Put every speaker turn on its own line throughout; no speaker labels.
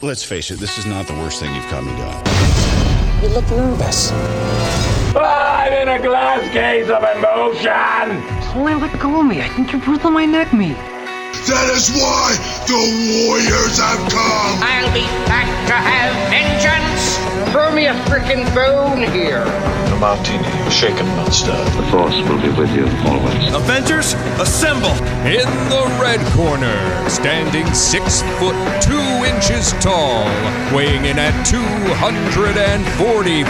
Let's face it, this is not the worst thing you've caught me doing.
You look nervous.
I'm in a glass case of emotion.
Only let go of me. I think you're bruising my neck meat.
That is why the warriors have come.
I'll be back to have vengeance. Throw me a freaking bone here.
A martini, shaken, not stirred.
force will be with you always.
Avengers, assemble!
In the red corner, standing six foot two inches tall, weighing in at 245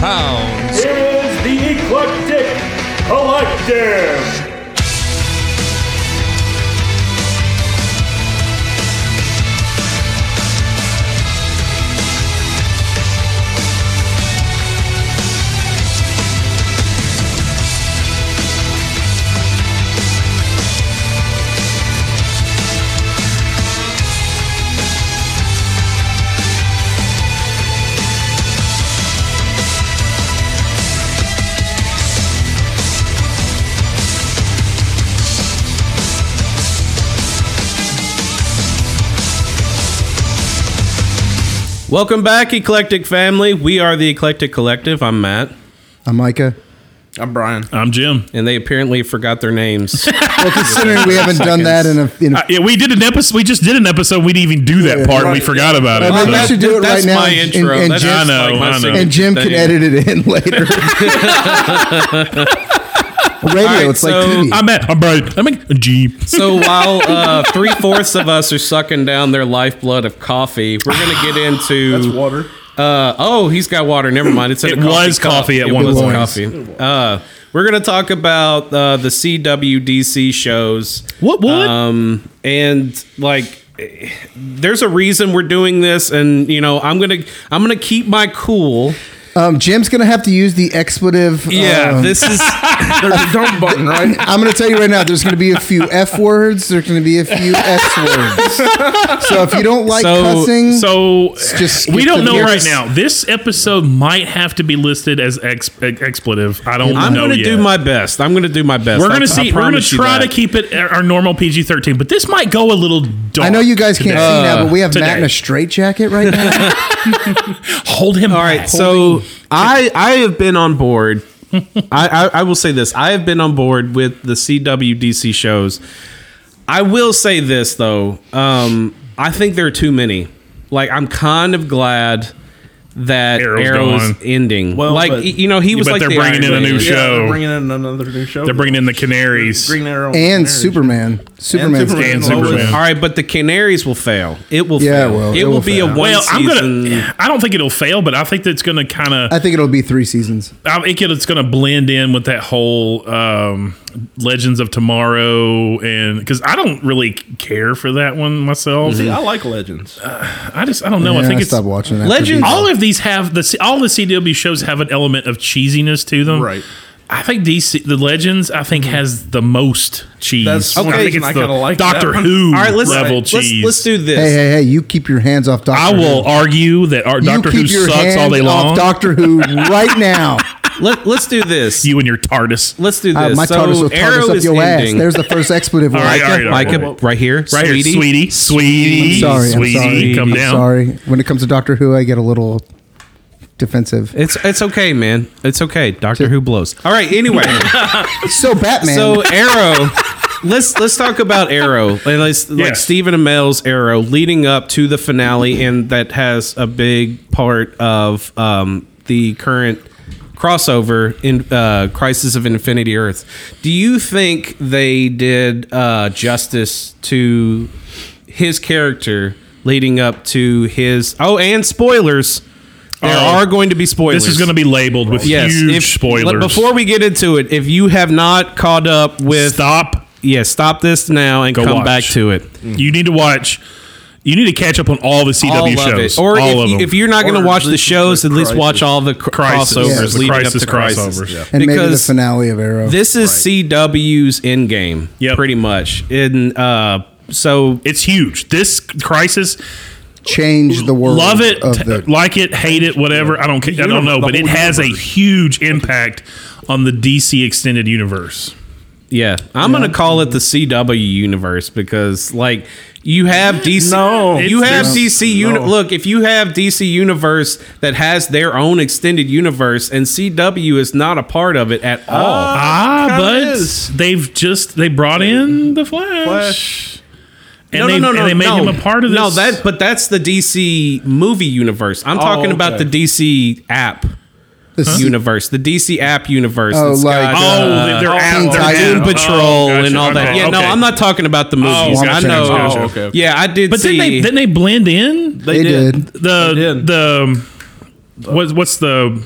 pounds,
Is the eclectic collective?
Welcome back, Eclectic Family. We are the Eclectic Collective. I'm Matt,
I'm Micah.
I'm Brian.
I'm Jim.
and they apparently forgot their names.
Well, considering we haven't done that in a, in a
Uh, yeah, we did an episode. We just did an episode. We didn't even do that
Yeah,
part.
right.
We forgot about it.
Well,
so-
we should do it
That's
right now.
my
and-
intro.
And,
That's
Jim,
I know,
like my
I know.
signature
and Jim can
thing.
edit it in later. Radio,
right,
it's like
so
TV.
I'm Matt. I'm Brian. I'm a G.
So while uh, three fourths of us are sucking down their lifeblood of coffee, we're gonna get into
That's water.
Uh, oh, he's got water. Never mind. It's in
It
a coffee
was
cup.
coffee at
It
one
was
point.
Coffee. Uh, we're gonna talk about uh, the CWDC shows.
What? What?
Um, and like, eh, there's a reason we're doing this, and you know, I'm gonna I'm gonna keep my cool.
um, Jim's gonna have to use the expletive.
Yeah,
um,
this is
There's a dump button, right?
I'm gonna tell you right now. There's gonna be a few f words. There's gonna be a few s words. So if you don't like
So-
cussing,
so
just skip
we don't
the
know right
lyrics.
now. This episode might have to be listed as ex- ex- expletive. I don't
I'm
know
gonna
yet.
do my best. I'm gonna do my best.
We're
I-
gonna
I
see. We're gonna
promise you
try to
that.
keep it our our normal PG-13, but this might go a little dark.
I know you guys
today.
can't see now, but we have Matt in
Uh, today.
a straitjacket right now.
Hold him.
All right, so I I have been on board. I, I I will say this: I have been on board with the CWDC shows. I will say this though: um, I think there are too many. Like I'm kind of glad that
Arrow's
Arrow's
gone.
ending.
Well,
like
but-
y- you know, he was
but
like
they're
the
bringing
Iron
in a new
Man.
show.
They're bringing in another new show.
they're bringing in the Canaries.
Bringing in their own
and
Canaries.
Superman. Superman's
Superman.
getting
And
lower.
Superman.
All right, but the Canaries will fail. It will.
Yeah, it
fail.
will.
It,
It
will,
will
be a
fail.
one
Well, I'm
season-
gonna. I don't think it'll fail, but I think that's gonna kind of.
I think it'll be three seasons.
I think it- it's going to blend in with that whole um, Legends of Tomorrow, and because I don't really care for that one myself.
See, I like Legends.
I just I don't know.
Yeah,
I think it's
stopped watching that.
Legends-
all of these have the all the CW shows have an element of cheesiness to them.
Right.
I think these the Legends I
Mm-hmm.
think has the most cheese.
That's one
I think
reason
it's
I
the
kinda like that
Doctor
one.
Who
All right, let's
level
let's,
cheese.
let's do this.
Hey, hey, hey! You keep your hands off Doctor.
I will argue that our
Who. You
Doctor Who
keep your
sucks all day
hands off
long.
Doctor Who right now.
Let, us do this.
you and your TARDIS.
Let's do
Uh,
this.
my TARDIS
so
will
Arrow
TARDIS up
is
your
ending.
ass. There's the first expletive word.
All right, all right, all right.
Micah, right here,
Right here, sweetie, sweetie,
sorry,
sweetie,
I'm sorry.
come
I'm
down.
Sorry. When it comes to Doctor Who, I get a little defensive.
It's it's okay, man. It's okay. Doctor Who blows. All right. Anyway,
So Batman.
so Arrow. Let's let's talk about Arrow and let's like
Yes.
Stephen Amell's Arrow leading up to the finale, and that has a big part of um, the current crossover in uh, Crisis of Infinity Earth. Do you think they did uh, justice to his character leading up to his? Oh, and spoilers. There
Oh.
are going to be spoilers.
This is going to be labeled with huge
if-
spoilers.
but Before we get into it, if you have not caught up with,
stop,
yeah, stop this now and
Go
come
watch.
back to it.
you need to watch. You need to catch up on all the CW
All of
shows,
it. Or
all
if,
of
you,
them.
if you're not going
Or
to watch the
this is
shows,
the
at least watch
crisis.
all the cr-
Crisis.
crossovers
Yes.
leading
Crisis
up to crisis.
crossovers. Yeah.
and maybe the
because
finale of Arrow.
this is CW's endgame,
Yep.
pretty much. In uh, so
it's huge. This crisis,
changed the world.
love it,
Of
t-
the,
like it, hate it, whatever. I don't. ca- I don't
universe-
know,
the
but it
whole
has a
universe.
huge impact on the DC extended universe.
yeah, I'm going to call it the CW universe because like You have DC.
No.
you
It's- no.
have DC. Uni-
No.
Look, if you have DC Universe that has their own extended universe, and CW is not a part of it
Uh,
at all.
ah, but they've just they brought in the Flash, and, they, and they made him a part of this.
No, that but that's the DC movie universe. I'm
Oh,
talking about
okay.
the DC app universe, the DC app universe.
Oh,
that's
like,
got,
Oh, they- they're app-
Teen
they're
Titan
app.
Patrol
Oh, gotcha.
and all that.
Okay,
Yeah, no,
okay.
I'm not talking about the movies.
Oh,
I
gotcha,
know.
gotcha, gotcha. Okay, okay.
Yeah, I did.
But
see,
then they then they blend in.
They They did. did.
The
They did.
the um, what, what's the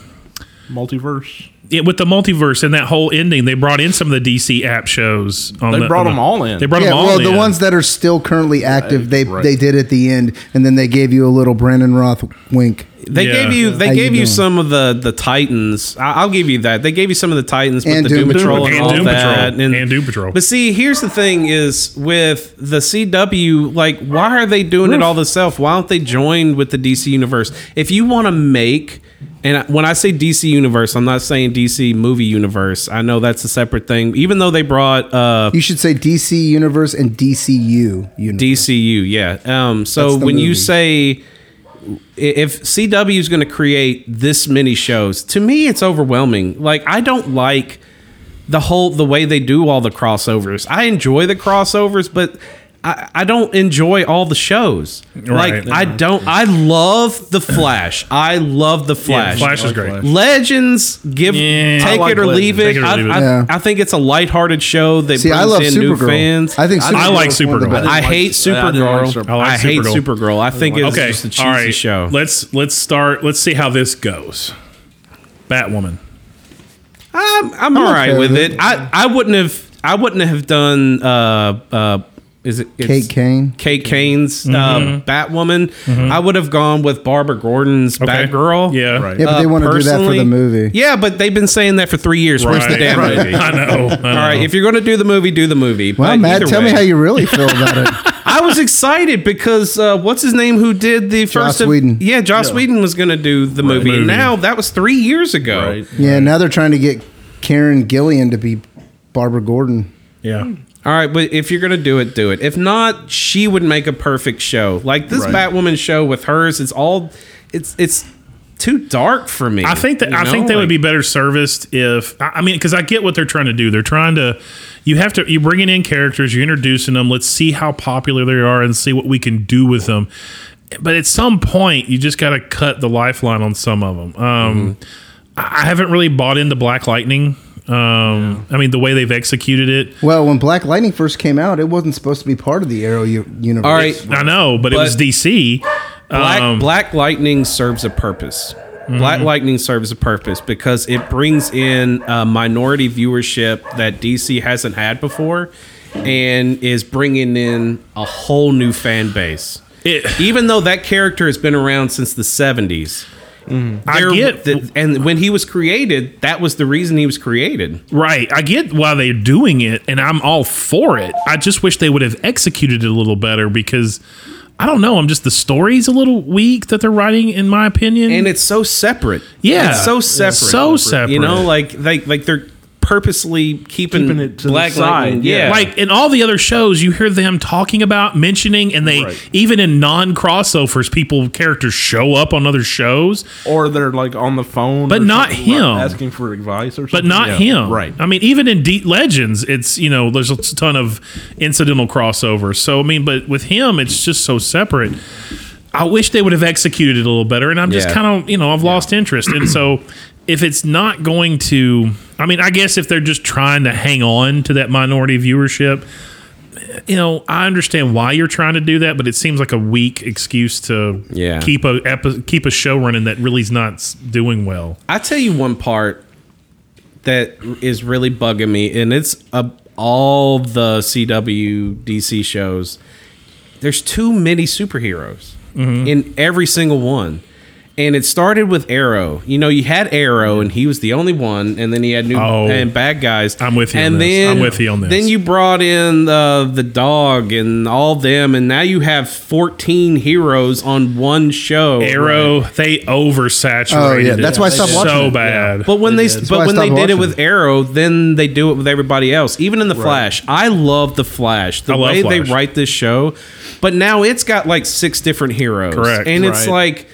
Multiverse.
yeah, with the multiverse and that whole ending, they brought in some of the DC app shows. On
They
the-
brought
on the-
them all in.
They brought
yeah,
them all
well,
in.
the ones that are still currently active, they
right.
they did at the end, and then they gave you a little Brandon Roth wink.
They gave you they
How
gave you
doing?
some of the the Titans. I, I'll give you that. They gave you some of the Titans with
And
the
Doom
Doom,
Patrol.
Patrol and,
And
all
Doom
that.
Patrol.
And,
And Doom Patrol.
But see, here's the thing: is with the CW, like, why are they doing it all themselves? Why don't they join with the DC universe? If you want to make and I- when I say DC universe, I'm not saying DC movie universe. I know that's a separate thing. Even though they brought uh,
You should say DC Universe and DCU. Universe.
DCU, yeah. Um, so
That's the
when you
movie.
say i- if CW is going to create this many shows, to me it's overwhelming. Like I don't like the whole the way they do all the crossovers. I enjoy the crossovers, but I, I don't enjoy all the shows. Like
Right.
I don't. I love the Flash. I love the Flash.
Flash is great.
Legends give
Yeah. I
take
like
it or leave it.
Legends. Take it or
I,
leave it.
I,
Yeah.
I think it's a lighthearted show that
See,
brings
I love
in new
Supergirl.
fans.
I think I
I like Supergirl.
I hate Supergirl. I, hate Supergirl. I think it's
okay.
just a cheesy
all right.
show.
Let's let's start. Let's see how this goes. Batwoman.
I'm, I'm, all
okay
right with
with
it. I, I wouldn't have I wouldn't have done uh uh is it it's-
Kate Kane.
Kate Kane's uh,
Mhm.
Batwoman. I would have gone with Barbara Gordon's Batgirl.
Yeah, right.
Yeah, but they
Uh,
want to do that for
personally-
the movie.
Yeah, but they've been saying that for three years. Where's the
Right,
damn
right.
movie?
I know, I
All right,
know.
if you're going to do the movie, do the movie.
Well,
But
Matt,
either
tell me
way-
how you really feel about it.
I was excited because uh, what's his name who did the first? of-
Whedon.
Yeah, Joss Whedon was going to do the movie, and
Movie.
now that was three years ago.
Yeah, now they're trying to get Karen Gillian to be Barbara Gordon.
Yeah.
All right, but if you're gonna do it, do it. If not, she would make a perfect show. Like this
Right.
Batwoman show with hers, it's all, it's it's too dark for me.
I think that
you
I
know?
think they
Like-
would be better serviced if I I mean because I get what they're trying to do. They're trying to you have to you're bringing in characters, you're introducing them. Let's see how popular they are and see what we can do with them. But at some point, you just got to cut the lifeline on some of them. Um, I I haven't really bought into Black Lightning. Um, I mean the way they've executed it.
Well, when Black Lightning first came out, it wasn't supposed to be part of the Arrow u- universe.
I know, but, it was DC.
Black,
Um, Mm-hmm.
Black Lightning serves a purpose. Black Lightning serves a purpose because it brings in a minority viewership that DC hasn't had before, and is bringing in a whole new fan base. Even though that character has been around since the seventies,
I get-
and when he was created, that was the reason he was created.
Right. I get why they're doing it and I'm all for it. I just wish they would have executed it a little better because I don't know. I'm just the story's a little weak that they're writing, in my opinion.
And it's so separate.
Yeah.
it's so
It's
separate.
so separate.
You know, like they like they're purposely keeping,
Keeping it to the
Black
side,
Lightning.
yeah.
Yeah,
Like in all the other shows, you hear them talking about, mentioning, and they even in non crossovers, people characters show up on other shows.
Or they're like on the phone,
But
or
not
something, like,
him.
asking for advice or something.
but not
Yeah.
him.
Right.
I mean, even in Deep Legends, it's you know there's a ton of incidental crossovers. So I mean, but with him, it's just so separate. I wish they would have executed it a little better, and I'm just
Yeah.
kind of you know I've lost interest, and so if it's not going to, I mean, I guess if they're just trying to hang on to that minority viewership. You know, I understand why you're trying to do that, but it seems like a weak excuse to
Yeah.
keep a epi- keep a show running that really's not s- doing well.
I tell you one part that is really bugging me, and it's uh, all the CW DC
Mm-hmm.
shows. There's too many superheroes in every single one. and it started with Arrow. You know, you had Arrow, and he was the only one, and then he had new
Oh.
and bad guys.
I'm with you on
And
this.
then
I'm with you on this.
Then you brought in uh, the dog and all them, and now you have 14 heroes on
Oh,
one show.
Arrow, they oversaturated.
Oh, yeah.
That's
it
why I stopped watching
So
it.
bad.
But when they,
why I
but when they
stopped
did it
watching
with Arrow, then they do it with everybody else. Even in the Flash, I love the Flash. The
I love
way they
Flash.
write this show, but now it's got like six different heroes.
Correct.
and it's
Right.
like,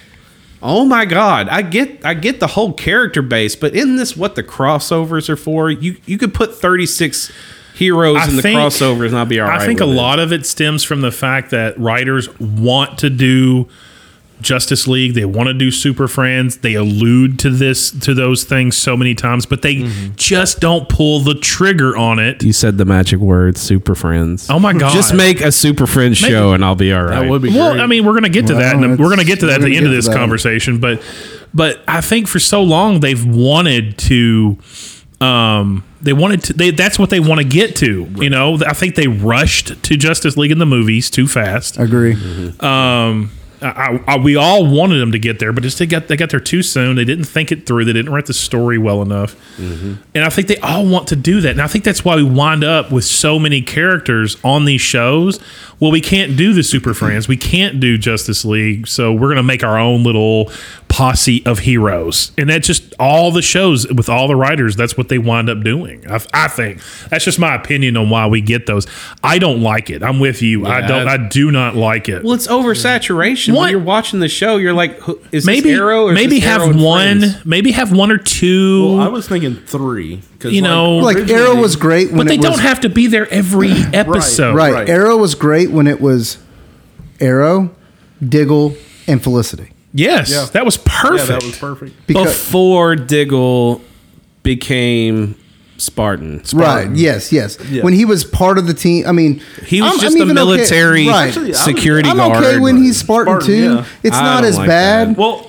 oh my god, I get I get the whole character base, but isn't this what the crossovers are for? You you could put thirty six heroes
I
in the
think-
crossovers, and I'll be all right.
I think a
with it.
lot of it stems from the fact that writers want to do Justice League, they want to do Super Friends, they allude to this to those things so many times, but they
Mm-hmm.
just don't pull the trigger on it.
You said the magic word, Super Friends.
Oh my God.
Just make a Super Friends
Make-
show, and I'll be all right.
well, I mean, we're going to get to that,
Well,
and we're going to
it's-
get to that at
we're
the
gonna
end of
get
this
to that.
conversation. But, but I think for so long they've wanted to, um, they wanted to. They, that's what they want to get to. You know, I think they rushed to Justice League in the movies too fast.
Agree.
Um, I, I, we all wanted them to get there, but just they got they got there too soon. They didn't think it through. They didn't write the story well enough, and I think they all want to do that. And I think that's why we wind up with so many characters on these shows. Well, we can't do the Super Friends. We can't do Justice League, so we're going to make our own little posse of heroes, and that's just all the shows with all the writers. That's what they wind up doing. I, I think that's just my opinion on why we get those. I don't like it. I'm with you. I
Yeah,
don't.
I-
I do not like it
Well, it's oversaturation. When you're watching the show, you're like, who- is
maybe
this Arrow? Or is
maybe
this
have
Arrow and
one,
Friends?
maybe have one or two.
Well, I was thinking three. 'cause,
You know-
Like Arrow was great when
but they
it
don't
was-
have to be there every episode.
right. Arrow was great when it was Arrow, Diggle, and Felicity.
Yes,
Yeah.
that was perfect.
Yeah, that was perfect.
before Diggle became Spartan. Spartan.
Right. Yes. Yes.
Yeah.
When he was part of the team, I mean,
He was
I'm-
just
I'm
a
even okay-
military
right.
security
I'm
guard.
okay when he's Spartan,
Spartan,
too.
yeah.
It's
I
not
don't
as
like
bad.
Well,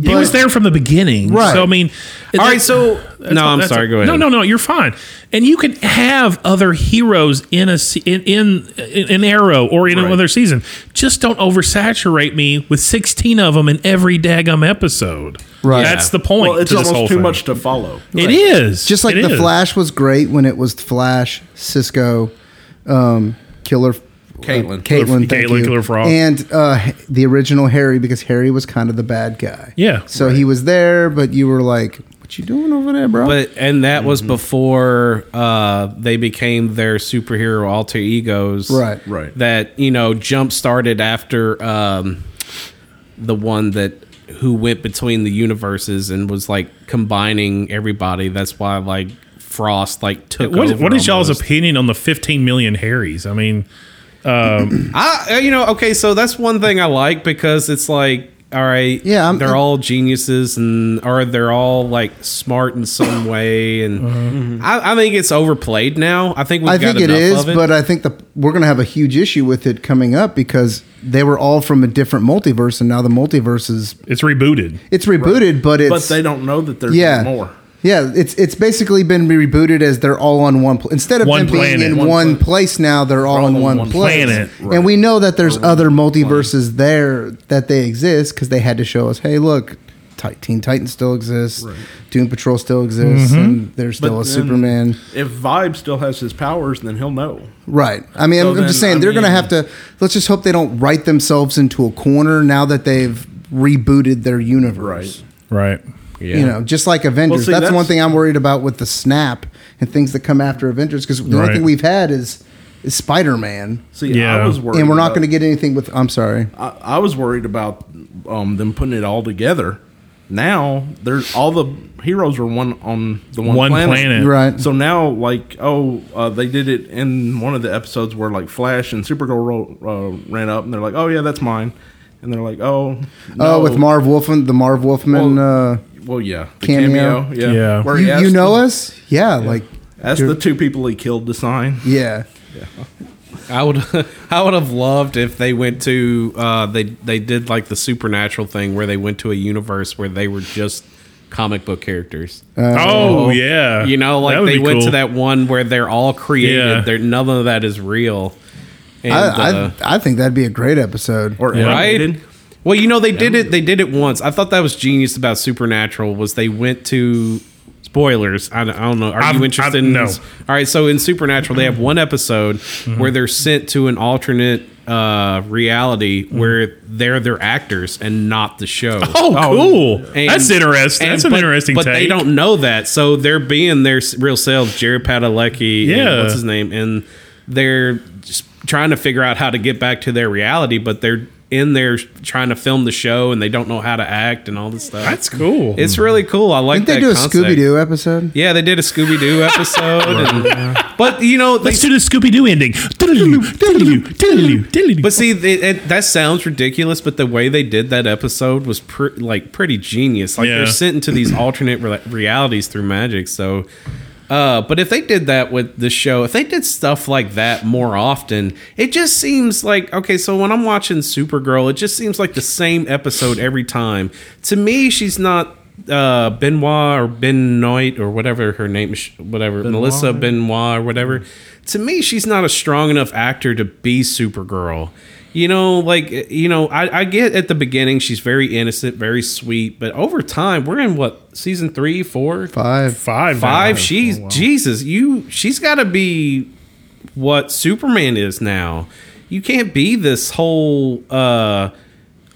he was there from the beginning.
Right.
So I mean,
All right, so-
that's-
No, I'm
that's-
sorry, go ahead.
No, no, no. You're fine. And you can have other heroes in a se- in in, in an Arrow or in another season. Just don't oversaturate me with 16 of them in every daggum episode.
Right.
That's the point.
Well, it's
to this whole
almost too
thing.
much to follow.
It is
Just like
It
the
is.
Flash was great when it was the Flash, Cisco, um, Killer,
Caitlin.
Caitlin, thank
Caitlin,
you.
Killer Frog.
and uh, the original Harry because Harry was kind of the bad guy.
Yeah.
So he was there, but you were like, "What you doing over there, bro?" Mm-hmm.
But and that was before uh, they became their superhero alter egos.
Right.
Right.
That you know jump started after um, the one that who went between the universes and was like combining everybody. That's why like Frost like took.
What,
over
what is y'all's
almost.
opinion on the 15 million Harrys? I mean, um,
I uh, you know okay, so that's one thing I like because it's like. All right.
Yeah, I'm-
they're
I'm-
all geniuses, and or they're all like smart in some way, and
Uh-huh.
I, I think it's overplayed now. I think we've
I
got
think it
enough
is,
of it.
but uh, I think the we're going to have a huge issue with it coming up because they were all from a different multiverse, and now the multiverse is
it's rebooted.
it's rebooted, but it's
But they don't know that there's
yeah
more.
Yeah, it's it's basically been rebooted as they're all on one pl- instead of
One
them being
planet.
in
One
one, place now they're all in one,
one
place.
planet.
And we know that there's other multiverses there that they exist cuz they had to show us, "Hey, look, Ti- Teen Titans still exists, Doom Patrol still exists,
Mhm.
and there's still
But
a
then
Superman."
If Vibe still has his powers, then he'll know.
Right. I mean,
So
I'm, I'm just
then,
saying
I
they're going to
mean-
have to. Let's just hope they don't write themselves into a corner now that they've rebooted their universe.
Right.
You know, just like Avengers.
see,
that's, one
that's-
thing I'm worried about with the snap and things that come after Avengers because the
Right.
only thing we've had is, is Spider Man.
See,
Yeah.
I was worried.
And we're not
about-
going to get anything with. I'm sorry.
I, I was worried about um, them putting it all together. Now there's all the heroes are one on the one,
One
planet.
planet.
Right.
So now, like, oh, uh, they did it in one of the episodes where like Flash and Supergirl ro- uh, ran up, and they're like, oh yeah, that's mine, and they're like, oh,
Oh, with Marv Wolfman, the Marv Wolfman uh,
well, yeah, the
cameo.
cameo, yeah,
Yeah.
Where he
You,
asked
you know
the-
us? Yeah. Like,
Asked the two people he killed to sign.
yeah.
I would I would have loved if they went to uh, they they did like the supernatural thing where they went to a universe where they were just comic book characters.
Uh,
oh, yeah.
You know,
That
like
would
they
be
went to
cool.
that one where they're all created.
Yeah.
They're, none of that is real. And,
I,
uh,
I, I think that'd be a great episode.
Or
right?
animated.
Well, you know they did it. They did it once. I thought that was genius about Supernatural was they went to spoilers. I don't, I don't know. Are
I'm-
you
I-
interested? in
no. Mm-hmm.
this? All right. So in Supernatural, they have one episode where they're sent to an alternate uh, reality where they're their actors and not the show.
Mm-hmm. Oh, cool. That's interesting. That's an
but-
interesting
But they
take.
don't know that, so they're being their s- real selves. Jared Padalecki. and
Yeah.
what's his name? And they're just trying to figure out how to get back to their reality, but they're in there trying to film the show and they don't know how to act and all this stuff.
That's cool.
It's really cool. I like.
Didn't they
that
do a
concept.
Scooby Doo episode?
Yeah, they did a Scooby Doo episode, and, but you know, they,
Let's do the Scooby Doo ending. Diddle-oo, diddle-oo, diddle-oo, diddle-oo.
but see, it, it, that sounds ridiculous, but the way they did that episode was pre- like pretty genius. Like
Yeah.
they're sent into these alternate re- realities through magic. So, uh, but if they did that with the show, if they did stuff like that more often, it just seems like okay. So when I'm watching Supergirl, it just seems like the same episode every time. To me, she's not. Uh, Benoit or Benoit or whatever her name is, whatever Melissa Benoit or whatever. To me, she's not a strong enough actor to be Supergirl. You know, like you know, I, I get at the beginning she's very innocent, very sweet, but over time we're in what season three, four,
Five. Oh,
Five.
five. Oh, She's Jesus. You. She's got to be what Superman is now. You can't be this whole uh,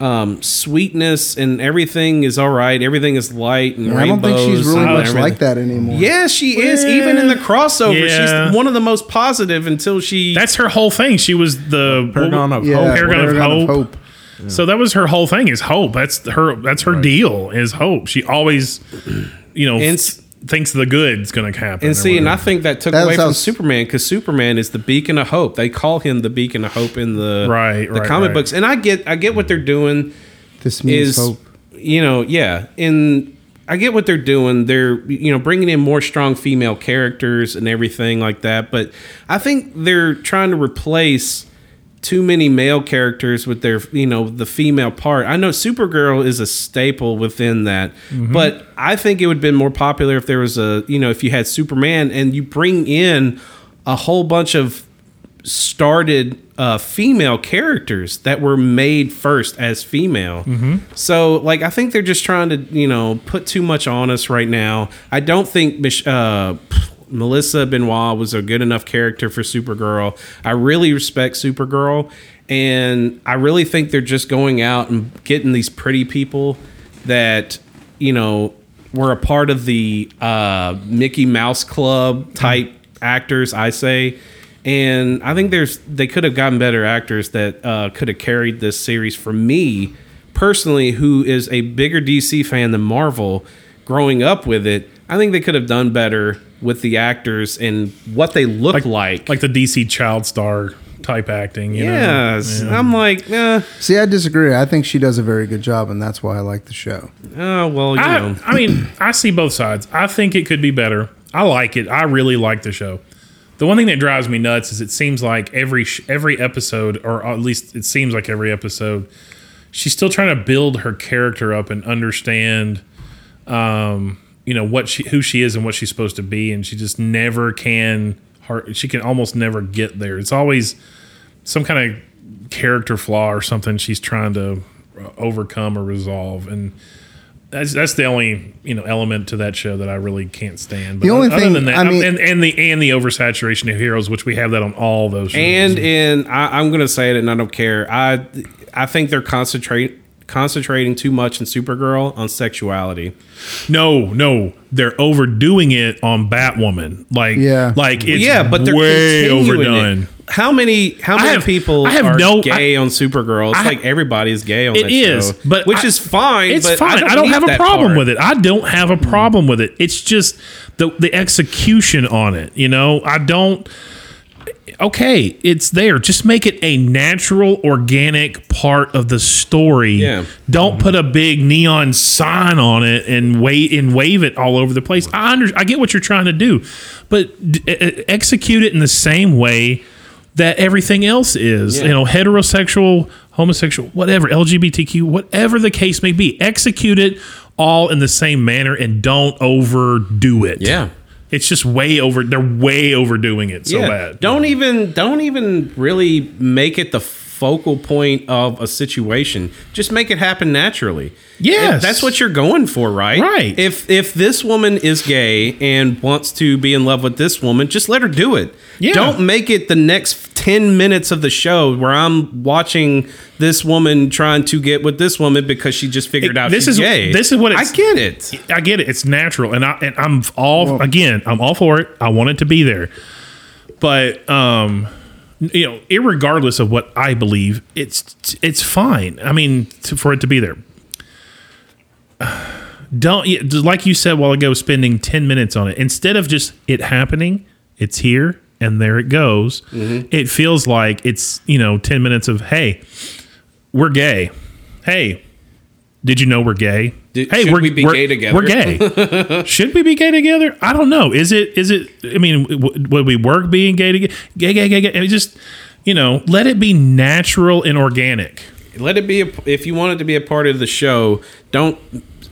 um, sweetness and everything is all right. Everything is light and
I don't think she's
rainbows uh,
really
and
much
everything.
like that anymore.
Yeah, she is. Even in the crossover,
Yeah.
she's one of the most positive until she.
That's her whole thing. She was the
Paragon of
Yeah,
hope.
Paragon of
Paragon
Hope. So that was her whole thing is hope. That's her. That's her deal is hope. She always, you know,
And
f-
s-
thinks the good's going to happen. or
and see, and I
whatever.
think that took
That
away from
sounds-
Superman because Superman is the beacon of hope. They call him the beacon of hope in the
Right,
the
right,
comic
right.
books. And I get I get what they're doing.
This means
is
hope.
you know yeah and i get what they're doing they're you know bringing in more strong female characters and everything like that but i think they're trying to replace too many male characters with their you know the female part i know supergirl is a staple within that but i think it would have been more popular if there was a you know if you had superman and you bring in a whole bunch of started uh, female characters that were made first as female. So, like, I think they're just trying to, you know, put too much on us right now. I don't think Mich- uh, pff, Melissa Benoit was a good enough character for Supergirl. I really respect Supergirl, and I really think they're just going out and getting these pretty people that, you know, were a part of the uh, Mickey Mouse Club type actors, I say. And I think there's they could have gotten better actors that uh, could have carried this series for me personally, who is a bigger DC fan than Marvel. Growing up with it, I think they could have done better with the actors and what they look like.
like the DC child star type acting. You know?
yes, I'm like, eh,
See, I disagree. I think she does a very good job, and that's why I like the show.
oh well, you
I,
know,
I mean, I see both sides. I think it could be better. I like it. I really like the show. The one thing that drives me nuts is it seems like every sh- every episode, or at least it seems like every episode, she's still trying to build her character up and understand, um, you know what she who she is and what she's supposed to be, and she just never can. Her, she can almost never get there. It's always some kind of character flaw or something she's trying to uh, overcome or resolve, and that's that's the only you know element to that show that I really can't stand. But
The only
other
thing-
than that,
I
I'm-
mean-
and, and the and the oversaturation of heroes, which we have that on all those, shows.
and in I, I'm gonna say it, and I don't care. I I think they're concentrate concentrating too much in Supergirl on sexuality.
no, no, they're overdoing it on Batwoman. Like
Yeah.
like it's
yeah, but they're
way
continuing it.
overdone.
How many how many
have-
people
I have
are
no-
gay on Supergirl? It's
I-
like everybody is gay on
It
that
is,
show,
but
which
I-
is fine.
It's
but
fine. I don't, have a problem
with it.
with it. I don't have a problem with it. It's just the the execution on it. You know, I don't. Okay, it's there. Just make it a natural, organic part of the story.
Yeah.
Don't put a big neon sign on it and wait and wave it all over the place. I under, I get what you're trying to do, but d- e- execute it in the same way that everything else is. You know, heterosexual, homosexual, whatever, LGBTQ, whatever the case may be. Execute it all in the same manner and don't overdo it.
Yeah.
It's just way over. They're way overdoing it so bad.
Don't even don't even really make it the f- focal point of a situation. Just make it happen naturally.
Yes.
If that's what you're going for, right?
Right.
If if this woman is gay and wants to be in love with this woman, just let her do it.
Yeah.
Don't make it the next 10 minutes of the show where I'm watching this woman trying to get with this woman because she just figured
It-
out
this
she's
is
gay.
this is what it's,
I get it.
I get it. It's natural, and I and I'm all again. I'm all for it. I want it to be there, but um, you know, irregardless of what I believe, it's it's fine. I mean, to, for it to be there. Don't yeah, just like you said a while ago. Spending ten minutes on it instead of just it happening. It's here and there it goes.
Mm-hmm.
It feels like it's you know ten minutes of hey, we're gay. Hey, did you know we're gay?
Did-
hey,
should we be gay together?
We're gay. should we be gay together? I don't know. Is it? Is it? I mean, w- would we work being gay together? Gay, gay, gay, gay. I mean, just you know, let it be natural and organic.
let it be a, if you want it to be a part of the show don't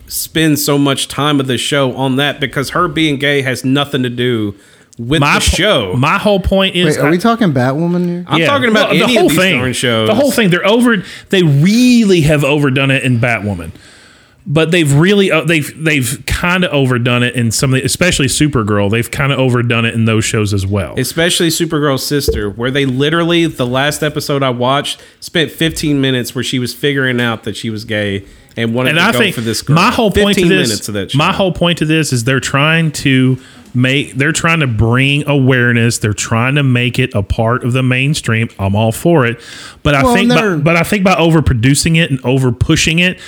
spend so much time of the show on that because her being gay has nothing to do with
My
the
po-
show
My whole point is,
Wait, are we talking Batwoman here?
i'm talking about
Well,
any of these darn shows
The whole thing. They're over. They really have overdone it in Batwoman, but they've really uh, they've they've kind of overdone it in some of the, especially Supergirl. They've kind of overdone it in those shows as well.
especially supergirl's sister where they literally the last episode i watched spent 15 minutes where she was figuring out that she was gay and wanted
and
to
I
go
think
for this girl
my whole point to
minutes
this
of that
my
show.
whole point to this is they're trying to make they're trying to bring awareness. They're trying to make it a part of the mainstream. I'm all for it, but I
Well,
think
and
by,
they're-
but I think by overproducing it and over pushing it,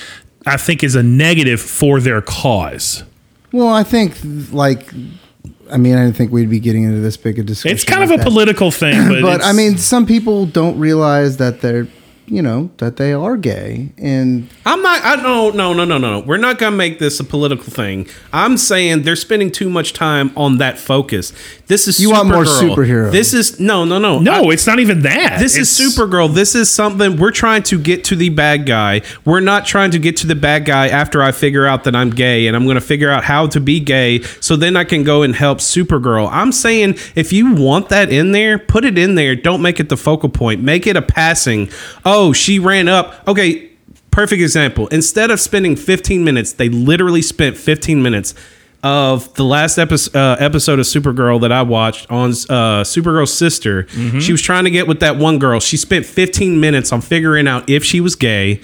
I think is a negative for their cause.
Well, I think like I mean, I didn't think we'd be getting into this big a discussion.
It's kind
like
of a
that.
political thing, but,
But
it's-
I mean, some people don't realize that they're, you know, that they are gay, and
I'm not. I don't. No. No. No. No. We're not gonna make this a political thing. I'm saying they're spending too much time on that focus. This is
You want more
Supergirl.
superhero.
This is no. No. No.
no,
I-
it's not even that.
this
It's-
is Supergirl. This is something we're trying to get to the bad guy. We're not trying to get to the bad guy after I figure out that I'm gay and I'm going to figure out how to be gay so then I can go and help Supergirl. I'm saying if you want that in there, put it in there. Don't make it the focal point. Make it a passing. Oh, she ran up. Okay, perfect example. Instead of spending 15 minutes, they literally spent 15 minutes of the last episode, uh, episode of Supergirl that I watched on uh, Supergirl's sister. She was trying to get with that one girl. She spent 15 minutes on figuring out if she was gay.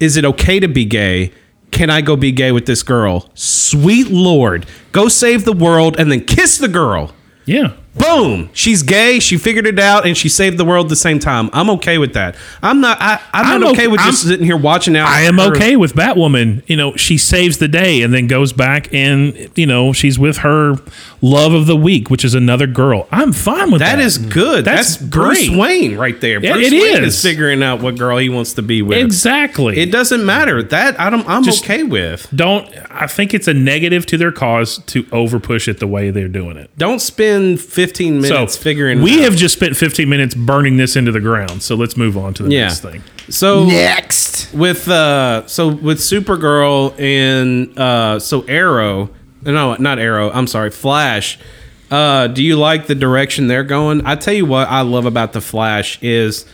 Is it okay to be gay? Can I go be gay with this girl? Sweet Lord, go save the world and then kiss the girl.
yeah.
Boom! She's gay. She figured it out, and she saved the world at the same time. I'm okay with that. I'm not. I, I'm,
I'm
not okay,
okay-
with just
I'm-
sitting here watching out.
I am
her-
okay with Batwoman. You know, she saves the day and then goes back and you know she's with her love of the week, which is another girl. I'm fine with that.
That is good. That's,
That's
Bruce
great.
Wayne right there.
Yeah,
Bruce
it
Wayne
is.
figuring out what girl he wants to be with.
exactly.
It doesn't matter. That I don't, I'm
Just-
okay with.
don't. I think it's a negative to their cause to overpush it the way they're doing it.
Don't spend 15
So
minutes figuring.
we
it
have
out.
just spent 15 minutes burning this into the ground. So let's move on to the
yeah.
next thing.
So
next,
with uh so with supergirl and uh so arrow no not arrow i'm sorry flash uh do you like the direction they're going i tell you what i love about the flash is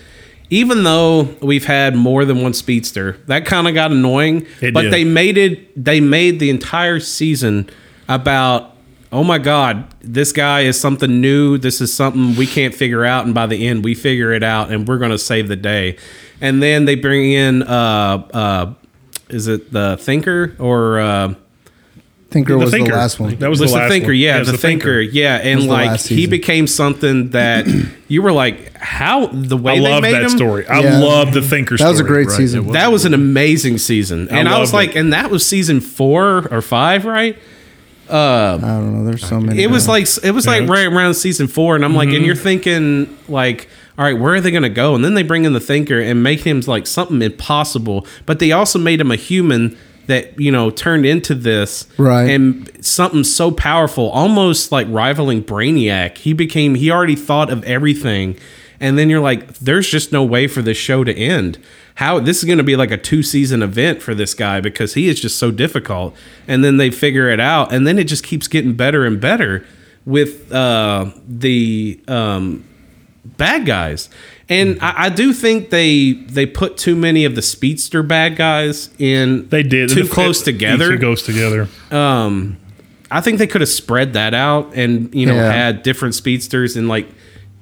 even though we've had more than one speedster that kind of got annoying
It
but
did.
they made it they made the entire season about oh my god this guy is something new this is something we can't figure out and by the end we figure it out and we're going to save the day and then they bring in uh uh is it the thinker or uh
Thinker was
Thinker.
the last one.
That was,
was
the,
the,
last
thinker
one.
yeah
it
the,
was
thinker, yeah and
was the
like
last
he
season.
became something that you were like how the way
I
they
love
made
that
him,
story. I
Yeah.
love the thinker.
That was a
story.
great season.
It
that was an amazing season and i, was
loved
like
it.
and that was season four or five right
I don't know. There's so many. Mm-hmm.
it was
now.
like it was like right around season four, and I'm like, and you're thinking like, all right, where are they gonna go? And then they bring in the thinker and make him like something impossible, but they also made him a human that you know turned into this
Right.
and something so powerful, almost like rivaling Brainiac. He became he already thought of everything. And then you're like, there's just no way for this show to end. How this is going to be like a two season event for this guy because he is just so difficult. And then they figure it out, and then it just keeps getting better and better with uh, the um, bad guys. And I, I do think they they put too many of the speedster bad guys in.
They did
too close together.
Too close together.
Um, I think they could have spread that out and you know
Yeah.
had different speedsters and like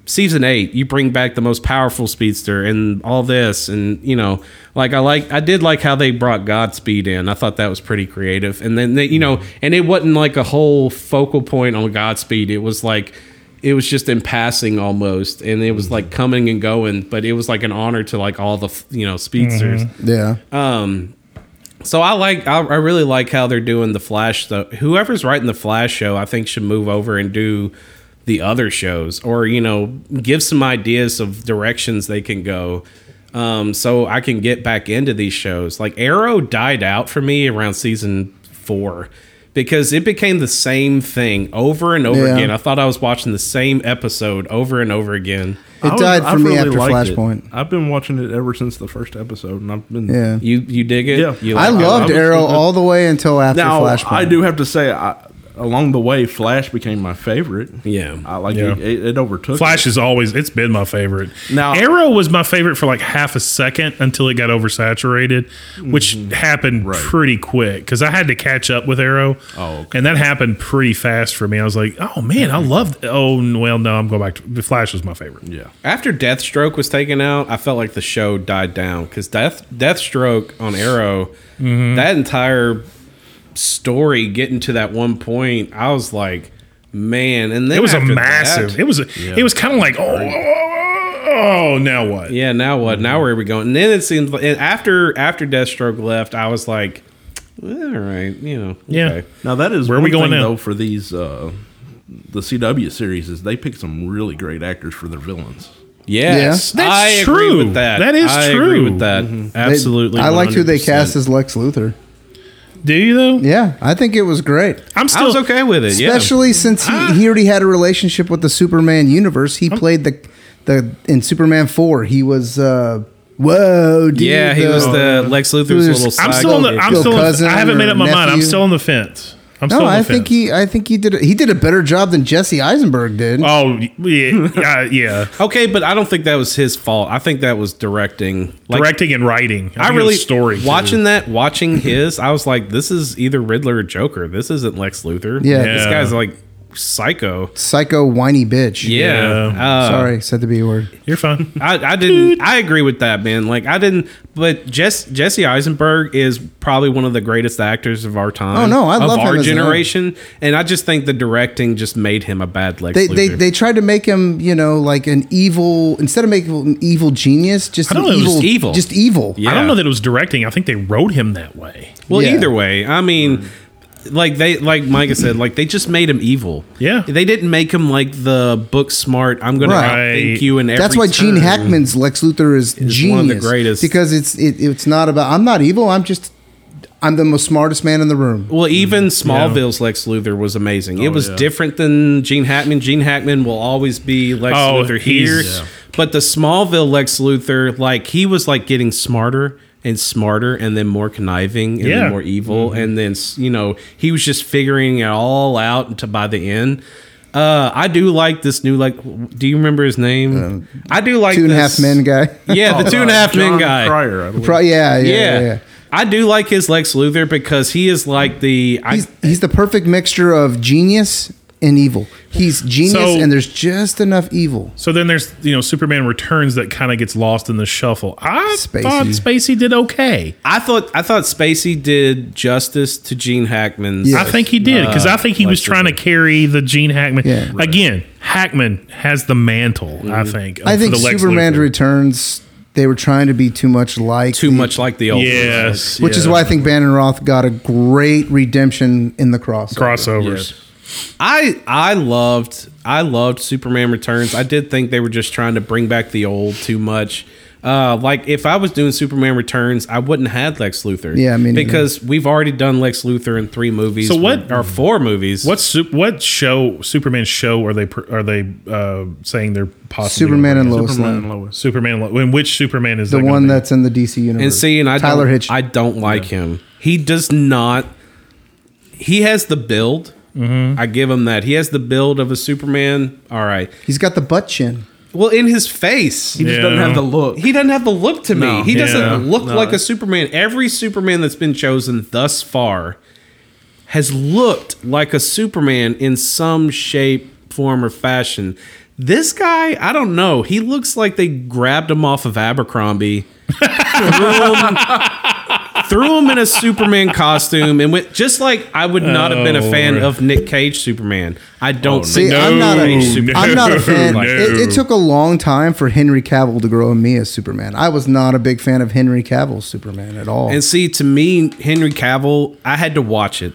season eight, you bring back the most powerful speedster and all this and you know like I like I did like how they brought Godspeed in. I thought that was pretty creative. And then they, you know and it wasn't like a whole focal point on Godspeed. It was like it was just in passing almost and it was like coming and going but it was like an honor to like all the you know speedsters
Yeah.
um, so I like I, I really like how they're doing the Flash. Though whoever's writing the Flash show, I think should move over and do the other shows, or you know, give some ideas of directions they can go. Um, so I can get back into these shows. Like Arrow died out for me around season four because it became the same thing over and over
Yeah.
again. I thought I was watching the same episode over and over again.
It died for me after Flashpoint.
I've been watching it ever since the first episode, and I've been
Yeah.
You you dig it?
Yeah,
You
I
like it?
loved
I was-
Arrow all the way until after
now,
Flashpoint.
I do have to say, I, along the way, Flash became my favorite.
Yeah,
I like
Yeah.
it, it. It overtook
Flash
it.
is always it's been my favorite. Now Arrow was my favorite for like half a second until it got oversaturated, which
Mm-hmm.
happened pretty quick because I had to catch up with Arrow. Oh, and that happened pretty fast for me. I was like, oh man, I love. Oh well, no, I'm going back to Flash was my favorite.
Yeah,
After Deathstroke was taken out, I felt like the show died down because Death Deathstroke on Arrow,
Mm-hmm.
that entire story getting to that one point, I was like, man, and then
it was a
after
massive.
that-
it was a, it was kind of like oh, oh, oh, now what?
yeah. Now what? Now where are we going? And then it seems like and after after Deathstroke left, I was like, all right, you know, okay.
Now that is
Where are
one
we going
thing,
now?
though for these uh, the CW series is they pick some really great actors for their villains.
Yes,
Yeah. That's
I agree
true.
with that.
That is
I agree
true.
with that.
Mm-hmm. They-
Absolutely,
I liked who they
100%.
cast as Lex Luthor.
Do you though?
Yeah, I think it was great.
I'm
I was okay with it. yeah. Ah.
especially since he, he already had a relationship with the Superman universe. He
Oh.
played the the in Superman four. He was uh, whoa, dude,
Yeah, he was the Lex Luthor's little
I'm
side
still on the.
character.
I'm
Little
still. On,
cousin
I haven't made
or
up my mind. I'm
nephew.
still on the fence. I'm still
no,
on the
I
fence.
think he I think he did a, he did a better job than Jesse Eisenberg did.
Oh yeah, yeah, yeah.
Okay, but I don't think that was his fault. I think that was directing. Like,
directing and
I,
writing. think it was
really
story
story watching that, watching his. I was like, this is either Riddler or Joker. This isn't Lex Luthor.
Yeah.
this
Yeah.
guy's like psycho.
Psycho whiny bitch.
Yeah. Uh,
sorry, said the B word.
You're fine.
I, I didn't. I agree with that, man. Like I didn't. But Jess, Jesse Eisenberg is probably one of the greatest actors of our time.
Oh, no, I
of
love him as
our
an actor.
generation, and I just think the directing just made him a bad Lex
They,
Luthor.
they, they tried to make him, you know, like an evil instead of making him an evil genius, just
I
an
don't know, it was
evil,
just evil.
just evil.
I don't know that it was directing. I think they wrote him that way.
Well,
Yeah. Mm.
either way, I mean, like they, like Micah said, like they just made him evil.
Yeah.
they didn't make him like the book smart. I'm gonna
Right.
outthink you and every.
That's why Gene
turn."
Hackman's Lex Luthor is, genius.
one of the greatest.
because it's it, it's not about I'm not evil. I'm just I'm the most smartest man in the room.
Well, even Smallville's Lex Luthor was amazing. it was
yeah.
different than Gene Hackman. Gene Hackman will always be Lex
Oh,
Luthor
he's-
here,
yeah.
but the Smallville Lex Luthor, like he was like getting smarter and smarter, and then more conniving and
Yeah.
then more evil, and then s- you know he was just figuring it all out to by the end. Uh, I do like this new like. Do you remember his name? I do like
Um, Two and a
this-
half men guy. Oh.
Yeah, the two and a half men
John
guy.
Cryer, I believe.
Pro- yeah, yeah, yeah.
yeah.
yeah.
I do like his Lex Luthor because he is like the I,
He's he's the perfect mixture of genius and evil. He's genius,
So-
and there's just enough evil.
So then there's you know Superman Returns that kind of gets lost in the shuffle. I
Spacey.
thought Spacey did okay.
I thought I thought Spacey did justice to Gene Hackman's. uh,
I think he
Uh,
did because I think he was trying to carry the Gene Hackman
Yeah.
again. Hackman has the mantle. I think.
Oh,
I
for
think
the Lex
Superman
Luthor.
Returns. They were trying to be too much like
too
the-
much like the old.
Yes,
which is
yeah.
why I think Bannon Roth got a great redemption in the crossover.
crossovers.
I I loved I loved Superman Returns. I did think they were just trying to bring back the old too much. Uh, like if I was doing Superman Returns, I wouldn't have had Lex Luthor.
Yeah, I mean-
because we've already done Lex Luthor in three movies.
So what-
or four movies?
What su- what show Superman show are they pr- are they uh, saying they're possibly
Superman and
referencing?
Lois Lane.
Superman and Lois.
Superman and Lo- and which Superman is
the
that gonna
one
be?
that's in the DC universe.
and see, and I
Tyler
don't,
Hitch.
I don't like him. He does not. He has the
Mm-hmm.
build. I give him that. He has the build of a Superman. All right.
He's got the butt chin.
Well, in his face,
he just yeah. doesn't have the look.
He doesn't have the look to no. me. He yeah. doesn't look no. like a Superman. Every Superman that's been chosen thus far has looked like a Superman in some shape, form, or fashion. This guy, I don't know. He looks like they grabbed him off of Abercrombie, threw, him, threw, him, in a Superman costume, and went just like I would not oh. have been a fan of Nick Cage Superman. I don't oh,
see. No, I'm not a. Superman. No, I'm not a fan. No. It, it, took a long time for Henry Cavill to grow me as Superman. I was not a big fan of Henry Cavill's Superman at all.
And see, to me, Henry Cavill, I had to watch it.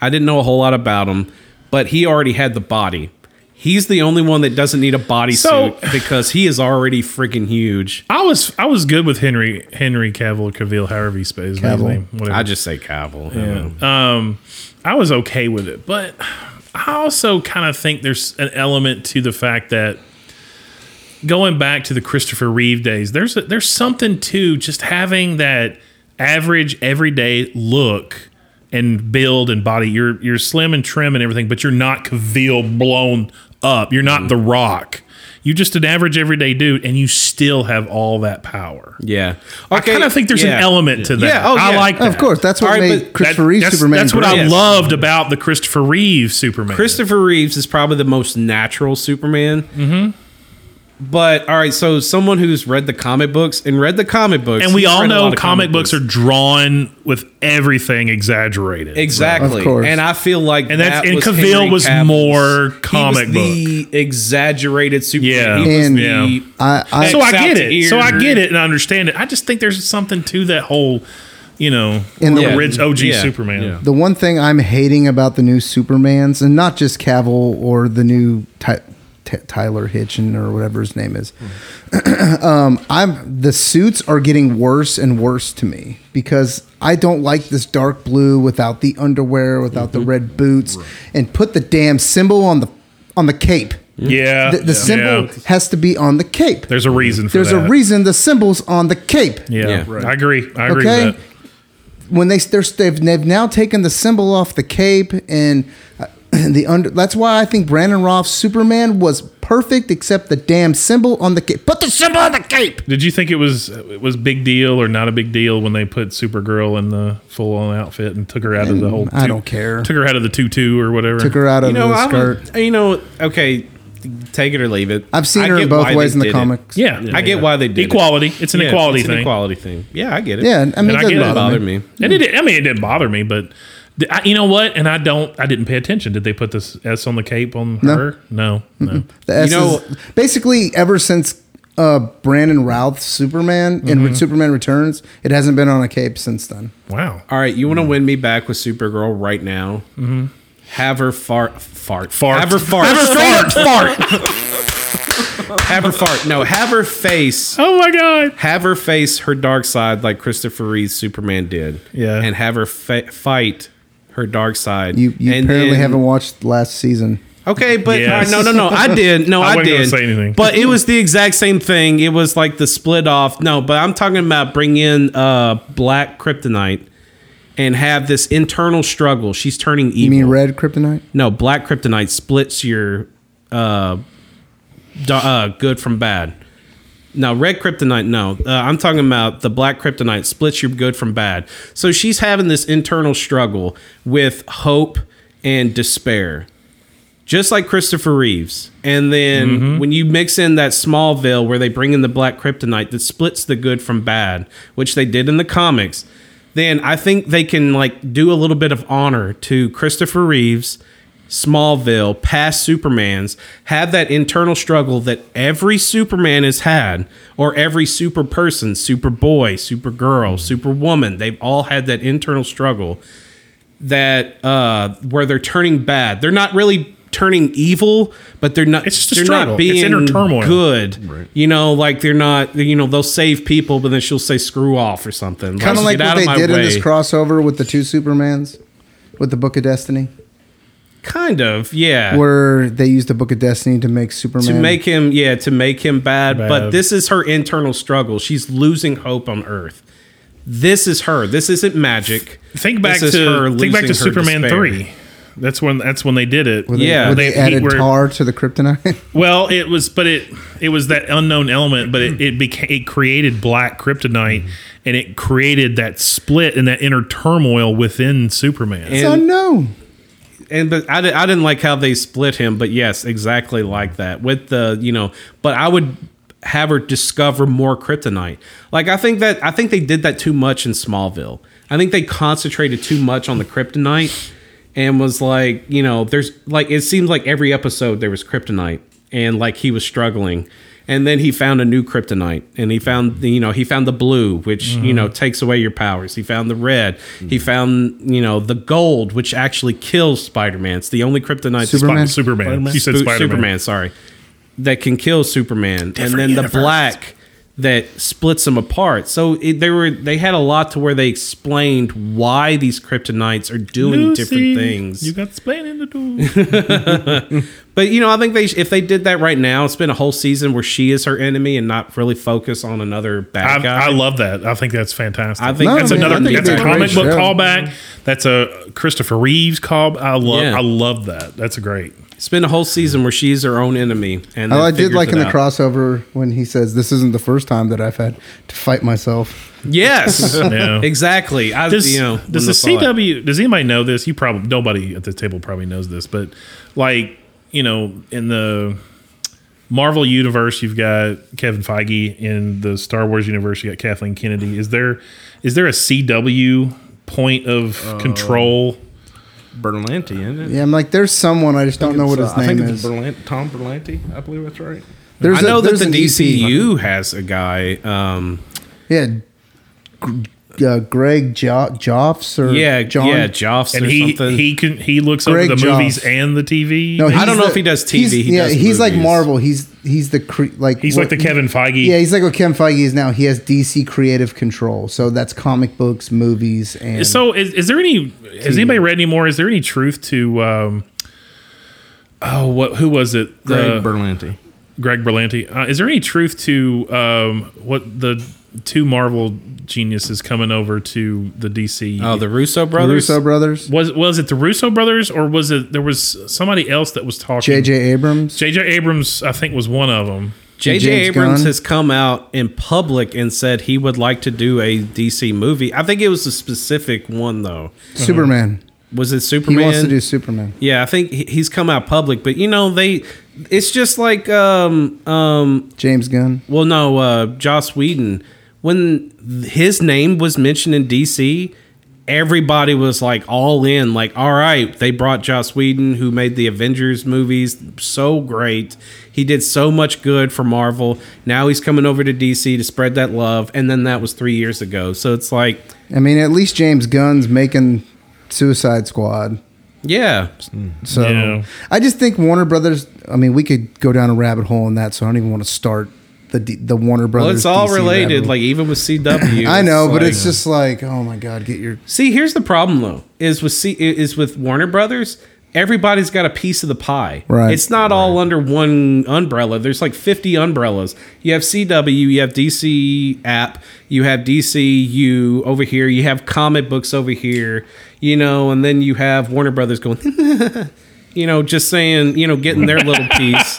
I didn't know a whole lot about him, but he already had the body. He's the only one that doesn't need a bodysuit so, because he is already freaking huge.
I was I was good with Henry Henry Cavill Cavill however he spays
Cavill. name. Whatever. I just say Cavill.
Yeah. I um, I was okay with it, but I also kind of think there's an element to the fact that going back to the Christopher Reeve days, there's a, there's something to just having that average everyday look and build and body. You're you're slim and trim and everything, but you're not Cavill blown up. You're not mm. the rock. You're just an average everyday dude, and you still have all that power.
Yeah,
okay. I kind of think there's yeah. an element yeah. to that. Yeah, oh, I yeah. like that.
Of course, that's what right, made Christopher that, Reeve
that's,
Superman.
That's what I loved about the Christopher Reeve Superman.
Christopher Reeves is probably the most natural Superman.
Mm-hmm.
But all right, so someone who's read the comic books and read the comic books,
and we all know comic, comic books, books are drawn with everything exaggerated,
exactly. Right? And I feel like
and that's that and was Cavill was Cavill's. more comic
he book, exaggerated super.
Yeah,
and yeah. I, I,
so I get it. Ear. So I get it and I understand it. I just think there's something to that whole. You know, in the rich OG yeah, Superman. Yeah.
The one thing I'm hating about the new Supermans, and not just Cavill or the new ty- T- Tyler Hitchin or whatever his name is. Mm. um, I'm the suits are getting worse and worse to me because I don't like this dark blue without the underwear, without mm-hmm. the red boots, right. and put the damn symbol on the on the cape.
Yeah,
the, the
yeah.
symbol yeah. has to be on the cape.
There's a reason.
There's
that.
a reason the symbol's on the cape.
Yeah, yeah. Right. I agree. I agree. Okay.
When they they're, they've, they've now taken the symbol off the cape and. Uh, the under that's why I think Brandon Roth's Superman was perfect except the damn symbol on the cape. Put the symbol on the cape.
Did you think it was it was big deal or not a big deal when they put Supergirl in the full on outfit and took her out and of the whole
I two, don't care.
Oh, Took her out of the tutu or whatever.
Took her out of you know, the I skirt.
Would, you know, okay, take it or leave it.
I've seen I her in both ways in the comics.
It. Yeah, yeah, I get yeah. why they did
equality. It. It's an
yeah,
equality
it's
thing.
equality thing. Yeah, I get it.
Yeah, I mean, and it doesn't
bother, bother me.
me. And it, I mean, it didn't bother me, but I, you know what? And I don't. I didn't pay attention. Did they put this S on the cape on
no.
her? No, no. Mm-mm.
The S you know, is, basically ever since uh, Brandon Routh's Superman mm-hmm. and Superman Returns, it hasn't been on a cape since then.
Wow.
All right, you want to mm-hmm. win me back with Supergirl right now? Mm-hmm. Have her fart, fart,
fart.
Have her fart,
have her fart, fart.
have her fart. No, have her face.
Oh my god.
Have her face her dark side like Christopher Reeve's Superman did.
Yeah.
And have her fa- fight her dark side.
You, you
and
apparently then, haven't watched last season.
Okay, but yes. no, no, no. I did. No, I, I did.
Say anything.
But it was the exact same thing. It was like the split off. No, but I'm talking about bring in uh, black kryptonite and have this internal struggle. She's turning evil.
You mean red kryptonite?
No, black kryptonite splits your uh, uh, good from bad. Now, red kryptonite, no. Uh, I'm talking about the black kryptonite splits your good from bad. So she's having this internal struggle with hope and despair, just like Christopher Reeves. And then mm-hmm. when you mix in that Smallville where they bring in the black kryptonite that splits the good from bad, which they did in the comics, then I think they can like do a little bit of honor to Christopher Reeves. Smallville, past Supermans, have that internal struggle that every Superman has had, or every super person, Superboy, Supergirl, Superwoman, they've all had that internal struggle that uh, where they're turning bad. They're not really turning evil, but they're not.
It's just a
they're
struggle.
not being
it's inner turmoil.
Good, right. you know, like they're not. You know, they'll save people, but then she'll say "screw off" or something.
Kind
of
like, like what they did way. in this crossover with the two Supermans, with the Book of Destiny.
Kind of, yeah.
Where they used the Book of Destiny to make Superman
Uh, to make him, yeah, to make him bad. bad. But this is her internal struggle. She's losing hope on Earth. This is her. This isn't magic.
Think back to think back to Superman despair. three. That's when that's when they did it.
Where they, yeah, where they, they added where, tar to the kryptonite.
well, it was, but it it was that unknown element, but it it became it created black kryptonite, and it created that split and that inner turmoil within Superman.
It's and, unknown.
And but I, I didn't like how they split him, but yes, exactly like that with the you know. But I would have her discover more kryptonite. Like I think that I think they did that too much in Smallville. I think they concentrated too much on the kryptonite and was like, you know, there's like it seemed like every episode there was kryptonite and like he was struggling. And then he found a new kryptonite and he found the, you know, he found the blue, which, mm-hmm. you know, takes away your powers. He found the red. Mm-hmm. He found, you know, the gold, which actually kills Spider-Man. It's the only kryptonite
Superman. Sp- Superman. Spider-Man.
You said Spider-Man. Superman, sorry that can kill Superman, Different and then universe. the black that splits them apart. So it, they were they had a lot to where they explained why these kryptonites are doing Lucy, different things.
You got explaining to
do. but you know, I think they if they did that right now, it's been a whole season where she is her enemy and not really focus on another bad
I,
guy.
I love that. I think that's fantastic.
I think
no, that's man, another think that's a comic book show. callback. That's a Christopher Reeves call. I love yeah. I love that. That's great
spend a whole season where she's her own enemy. And
Oh, I did like in out. the crossover when he says, "This isn't the first time that I've had to fight myself."
Yes, yeah. exactly. I,
does,
you know,
does the CW? Out. Does anybody know this? You probably nobody at the table probably knows this, but like you know, in the Marvel universe, you've got Kevin Feige. In the Star Wars universe, you got Kathleen Kennedy. Is there is there a CW point of uh, control?
Berlanti, isn't it?
Yeah, I'm like, there's someone I just I don't know what his uh, name is.
Berlant- Tom Berlanti, I believe that's right.
There's E I know a, that the DCU has a guy. Um,
E yeah, uh, Greg jo- Joffs or
yeah, John? yeah, Joffs
and he, something. He can he looks Greg over the Joffs. movies and the TV.
No, I don't know the, if he does TV.
He
yeah, does
he's movies. like Marvel. He's he's the cre- like
he's what, like the Kevin Feige.
Yeah, he's like what Kevin Feige is now. He has DC creative control, so that's comic books, movies, and
so is, is there any? TV. Has anybody read any more? Is there any truth to? um Oh, what? Who was it?
Greg the, Berlanti.
Greg Berlanti. Uh, is there any truth to um what the two Marvel geniuses coming over to the DC.
Oh, the Russo brothers.
The Russo brothers.
Was was it the Russo brothers or was it there was somebody else that was talking?
J.J. Abrams.
J.J. Abrams, I think, was one of them.
J.J. Abrams Gunn. has come out in public and said he would like to do a DC movie. I think it was a specific one though.
Superman. Uh-huh.
Was it Superman?
He wants to do Superman.
Yeah, I think he's come out public, but you know they. It's just like um, um,
James Gunn.
Well, no, uh, Joss Whedon when his name was mentioned in DC, everybody was like all in, like, all right, they brought Joss Whedon, who made the Avengers movies so great. He did so much good for Marvel. Now he's coming over to DC to spread that love. And then that was three years ago. So it's like.
I mean, at least James Gunn's making Suicide Squad.
Yeah.
So yeah. I just think Warner Brothers, I mean, we could go down a rabbit hole in that, so I don't even want to start the D, the Warner Brothers.
Well, it's all DC related, Rabbit. like even with CW.
I know, but like, it's just like, oh my god, get your.
See, here's the problem though: is with C is with Warner Brothers. Everybody's got a piece of the pie.
Right.
It's not
right.
all under one umbrella. There's like 50 umbrellas. You have CW, you have DC app, you have DCU over here, you have comic books over here, you know, and then you have Warner Brothers going, you know, just saying, you know, getting their little piece.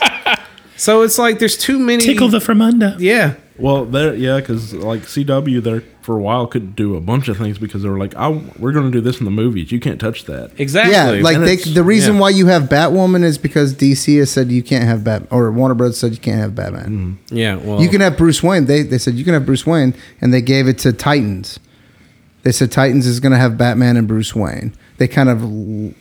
So it's like there's too many
tickle the Fremunda.
Yeah.
Well, there, yeah, because like CW there for a while could do a bunch of things because they were like, "Oh, we're going to do this in the movies. You can't touch that."
Exactly.
Yeah, like they, the reason yeah. why you have Batwoman is because DC has said you can't have Bat, or Warner Bros said you can't have Batman.
Mm-hmm.
Mm. Yeah, well,
Oh.
you can have Bruce Wayne. They they said you can have Bruce Wayne, and they gave it to Titans. They said Titans is going to have Batman and Bruce Wayne. They kind of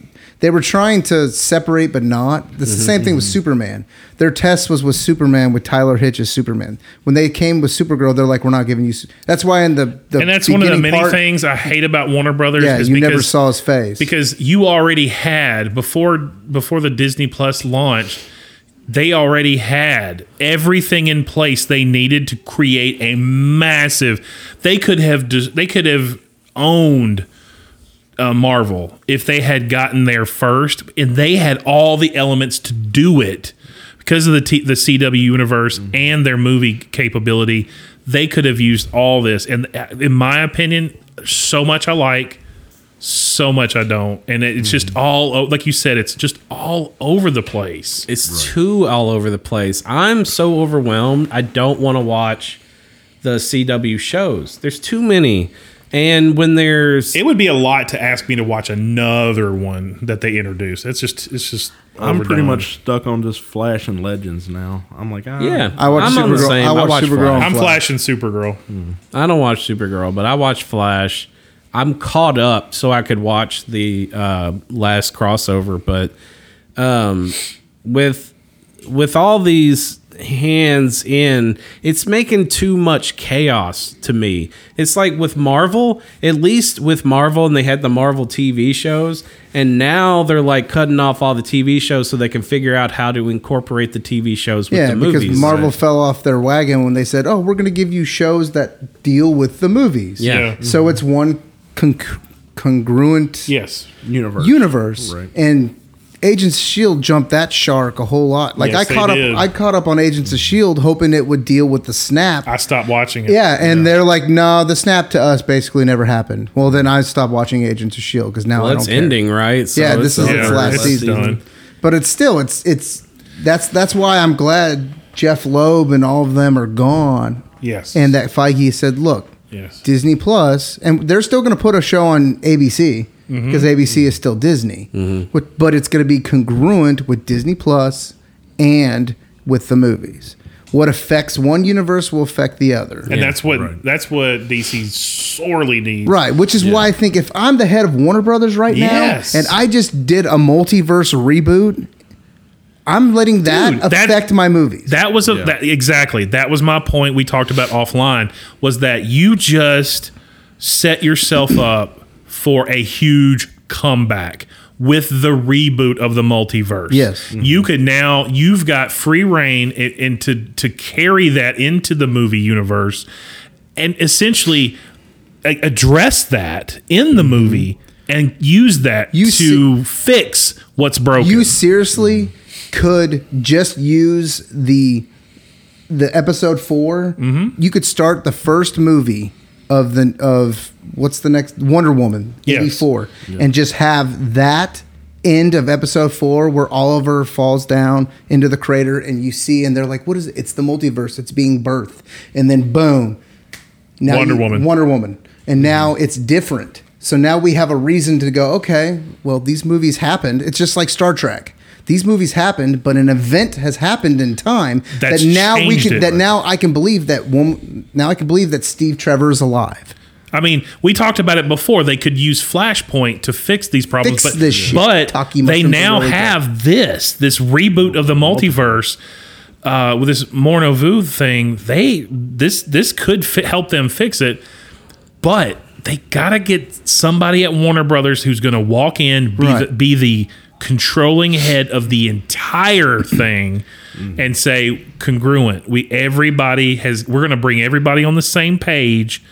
they were trying to separate but not. It's the mm-hmm. same thing with Superman. Their test was with Superman with Tyler Hitch as Superman. When they came with Supergirl, they're like, "We're not giving you." Su-. That's why in the, the
and that's one of the many part, things I hate about Warner Brothers.
Yeah, you because, never saw his face
because you already had before before the Disney Plus launched. They already had everything in place they needed to create a massive. They could have they could have owned uh, Marvel if they had gotten there first, and they had all the elements to do it because of the T- the CW universe mm-hmm. and their movie capability. uh, They could have used all this, and in my opinion, so much I like so much I don't, and it, it's
Mm.
just all o- like you said, it's just all over the place.
It's too all over the place. I'm so overwhelmed. I don't want to watch the CW shows. There's too many. And when there's
It would be a lot to ask me to watch another one that they introduced. That's just it's just
I'm pretty
overdone.
much stuck on just Flash and Legends now. I'm like, ah.
Yeah, I'm on the same. I watch Flash.
I'm flashing Supergirl.
Mm.
I don't watch Supergirl, but I watch Flash. I'm caught up, so I could watch the uh, last crossover. But um, with with all these hands in, it's making too much chaos to me. It's like with Marvel, at least with Marvel, and they had the Marvel TV shows, and now they're like cutting off all the TV shows so they can figure out how to incorporate the TV shows with
yeah,
the movies.
because Marvel
Right.
fell off their wagon when they said, "Oh, we're going to give you shows that deal with the movies."
Yeah. Yeah.
So it's one con- congruent
Yes,
universe.
universe,
Right.
and Agents of Shield E jumped that shark a whole lot. Like
Yes,
I
they
caught up,
did.
I caught up on Agents of Shield, hoping it would deal with the snap.
I stopped watching it.
yeah, and they're like, no, the snap to us basically never happened. Well, then I stopped watching Agents of Shield because now
Well,
I E
it's
don't care.
ending, right? So
yeah,
it's
this is its
over.
last
It's
season.
done.
But it's still it's it's that's that's why I'm glad Jeff Loeb and all of them are gone.
Yes.
And that Feige said, look,
Yes.
Disney Plus, and they're still going to put a show on ABC
Mhm.
because ABC is still Disney, With- but it's going to be congruent with Disney Plus and with the movies. What affects one universe will affect the other.
and that's what that's what DC sorely needs.
Right, which is why I think if I'm the head of Warner Brothers right
Yes.
now and I just did a multiverse reboot, I'm letting that
Dude, that-
affect my movies.
That was a that, exactly that was my point. We talked about offline was that you just set yourself up for a huge comeback with the reboot of the multiverse.
Yes.
you could now you've got free reign and, and to to carry that into the movie universe and essentially a- address that in the movie and use that to fix what's broken.
You seriously could just use the the episode 4
Mm-hmm.
You could start the first movie of the of what's the next Wonder Woman
Yes.
eighty four, and just have that end of episode four where Oliver falls down into the crater, and you see, and they're like, "What is it? It's the multiverse. It's being birthed," and then boom,
Wonder
you-
Woman.
Wonder Woman. And now it's different. So now we have a reason to go, okay, well, these movies happened. It's just like Star Trek. These movies happened, but an event has happened in time
That's
that now we
changed
can
it.
that now I can believe that one now I can believe that Steve Trevor is alive.
I mean, we talked about it before. They could use Flashpoint to fix these problems,
Fix
but,
this shit.
but
Taki
they
mushrooms
now
are really
have this this reboot of the multiverse uh, with this Mornovu thing. They this this could fi- help them fix it, but they gotta get somebody at Warner Brothers who's going to walk in, be, the,
Right.
be the controlling head of the entire thing. And say congruent. We everybody has. We're going to bring everybody on the same page,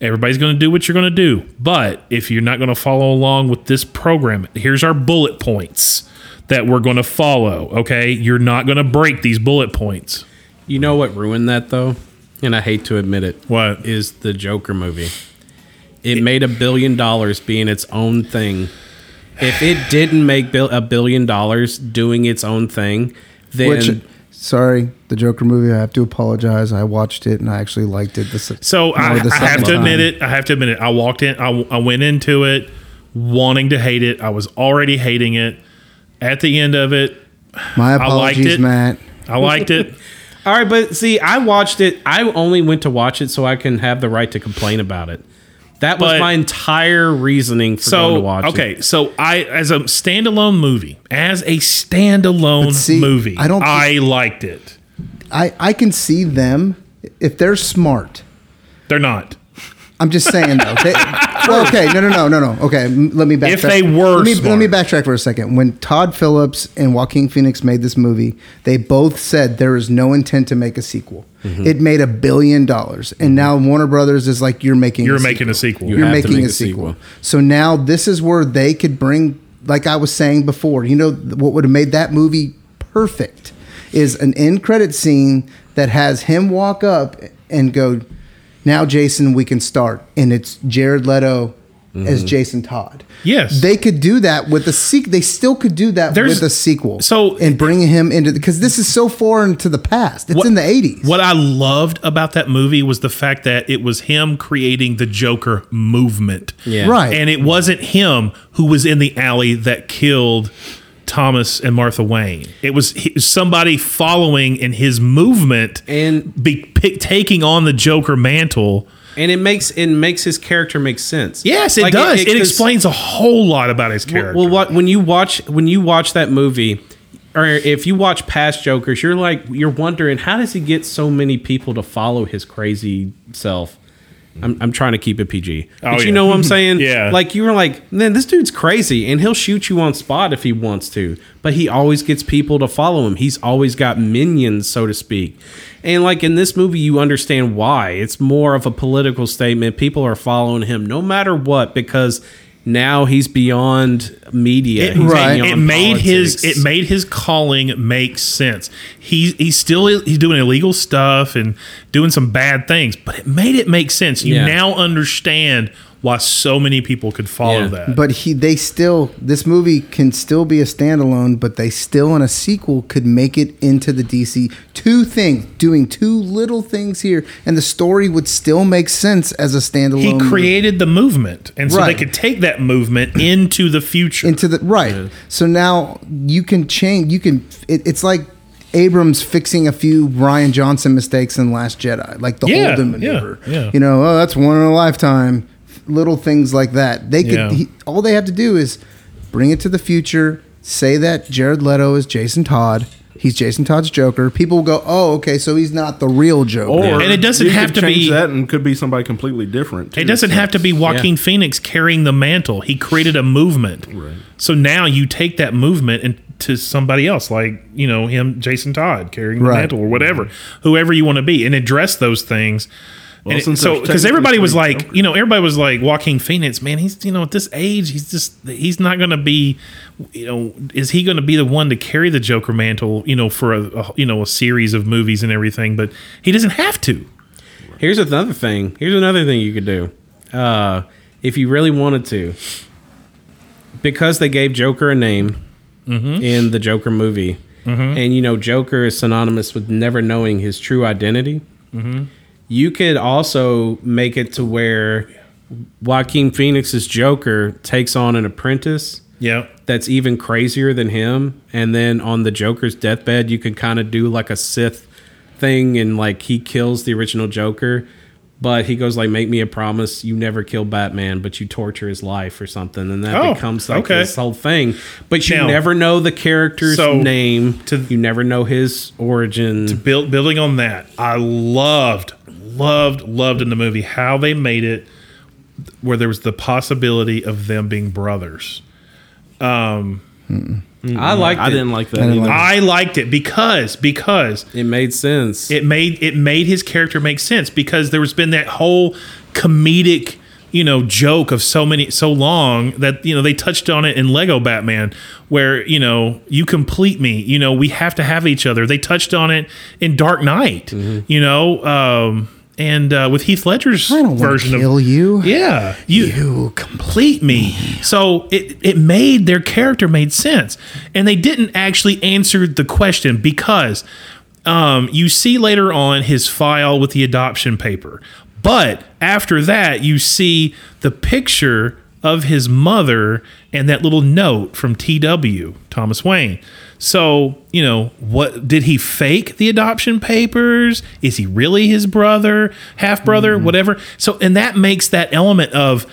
Everybody's going to do what you're going to do. But if you're not going to follow along with this program, here's our bullet points that we're going to follow. Okay. You're not going to break these bullet points.
You know what ruined that though, and I hate to admit it.
What?
is the Joker movie? It, made a billion dollars being its own thing. If it didn't make bil- a billion dollars doing its own thing, then
Which sorry, the Joker movie, I have to apologize. I watched it and I actually liked it this
So I,
more the
I have
second
to admit
time.
it. I have to admit it. I walked in, I, I went into it wanting to hate it. I was already hating it. At the end of it,
My
I liked
apologies,
it.
Matt.
I liked it.
all right. But see, I watched it. I only went to watch it so I can have the right to complain about it. That was
But-
my entire reasoning for going
so
to watch. it.
okay so i as a standalone movie as a standalone
But see,
movie i
I don't
don't
think-
i liked it
I, I can see them if they're smart.
they're not
I'm just saying though. They, well, okay, no, no, no, no, no. Okay, m- let me backtrack.
If they were
let me, let
smart.
me backtrack for a second. When Todd Phillips and Joaquin Phoenix made this movie, they both said there is no intent to make a sequel.
Mm-hmm.
It made a billion dollars, and now Warner Brothers is like, "You're making,
you're
a
making
sequel.
a sequel
You
you're
have to
making
make
a sequel. So now this is where they could bring, like I was saying before, you know, th- what would have made that movie perfect is an end credit scene that has him walk up and go, now, Jason, we can start. And it's Jared Leto as Jason Todd.
Yes,
they could do that with a sequel. They still could do that
There's-
with a sequel.
so-
and bringing him into because this is so foreign to the past. It's in the eighties.
What I loved about that movie was the fact that it was him creating the Joker movement.
Yeah. Right.
And it wasn't him who was in the alley that killed Thomas and Martha Wayne. It was he- somebody following in his movement
and
be, pick, taking on the Joker mantle.
and it makes it makes his character make sense.
Yes, it
Like,
does. It,
'cause-
explains a whole lot about his character.
Well, what, when you watch when you watch that movie, or if you watch past Jokers, you're like you're wondering how does he get so many people to follow his crazy self. I'm, I'm trying to keep it PG, but you
Oh, yeah.
know what I'm saying.
Yeah.
like you were like, man, this dude's crazy, and he'll shoot you on spot if he wants to. But he always gets people to follow him. He's always got minions, so to speak. And like in this movie, you understand why. It's more of a political statement. People are following him no matter what because now he's beyond media.
It,
He's
right.
beyond
it made his
politics.
it made his calling make sense. He's he's still he's doing illegal stuff and doing some bad things, but it made it make sense. You
Yeah.
now understand why so many people could follow that.
But he, they still. This movie can still be a standalone, but they still in a sequel could make it into the DC. Two things, doing two little things here, and the story would still make sense as a standalone.
He
movie.
created the movement, and so
um, Right.
they could take that movement into the future.
into the right. So now you can change. You can. It, it's like Abrams fixing a few Ryan Johnson mistakes in Last Jedi, like the
Yeah,
Holden
yeah,
maneuver.
yeah.
You know, oh, that's one in a lifetime. Little things like that. They could.
Yeah.
He, all they have to do is bring it to the future. Say that Jared Leto is Jason Todd. He's Jason Todd's Joker. People will go, oh, okay, so he's not the real Joker.
And it doesn't
you
have
could
to
change
be-
that, and could be somebody completely different.
It doesn't have to be Joaquin Phoenix carrying the mantle. He created a movement. Right. So now you take that movement and to somebody else, like you know him, Jason Todd carrying the
Right.
mantle or whatever, whoever you want to be, and address those things.
Well,
And it-
since
so
there's
because
technically
everybody was
three
like, you know, everybody was like Joaquin Phoenix, man. He's you know at this age, he's just he's not going to be, you know, is he going to be the one to carry the Joker mantle, you know, for a, a you know a series of movies and everything? But he doesn't have to.
Here's another thing. Here's another thing you could do. Uh, if you really wanted to, because they gave Joker a name in the Joker movie, and you know Joker is synonymous with never knowing his true identity. You could also make it to where Joaquin Phoenix's Joker takes on an apprentice
Yeah.
that's even crazier than him. And then on the Joker's deathbed, you can kind of do like a Sith thing and like he kills the original Joker, but he goes like, "Make me a promise you never kill Batman, but you torture his life or something," and that
Oh,
becomes like
okay.
this whole thing. But you
Now-
never know the character's
So,
name. you never know his origin.
built building on that i loved loved loved in the movie how they made it where there was the possibility of them being brothers um
I liked
I
it.
didn't like that.
didn't
either.
like
i liked it because because
it made sense.
it made it made his character make sense because there was been that whole comedic you know joke of so many so long that you know they touched on it in Lego Batman where you know you complete me you know we have to have each other they touched on it in Dark Knight you know um and uh, with Heath Ledger's
Mm-hmm. I don't want to
version of
kill you.
yeah, you, complete me. So it it made their character made sense, and they didn't actually answer the question because um, you see later on his file with the adoption paper, but after that you see the picture of his mother and that little note from TW Thomas Wayne. So, you know, what did he fake the adoption papers? Is he really his brother, half brother, whatever? So, and that makes that element of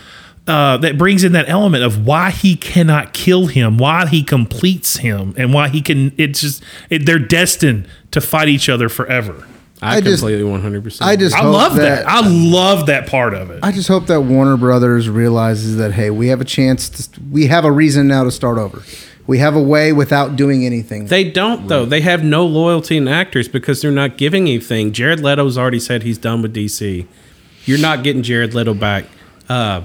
uh, that brings in that element of why he cannot kill him, why he completes him, and why he can. It's just it, they're destined to fight each other forever.
I,
I just-
completely one hundred percent.
I just
I
hope
love that.
that
I love that part of it.
I just hope that Warner Brothers realizes that hey, we have a chance. To, we have a reason now to start over. We have a way without doing anything.
They don't though. They have no loyalty in actors because they're not giving anything. Jared Leto's already said he's done with DC. You're not getting Jared Leto back. Uh,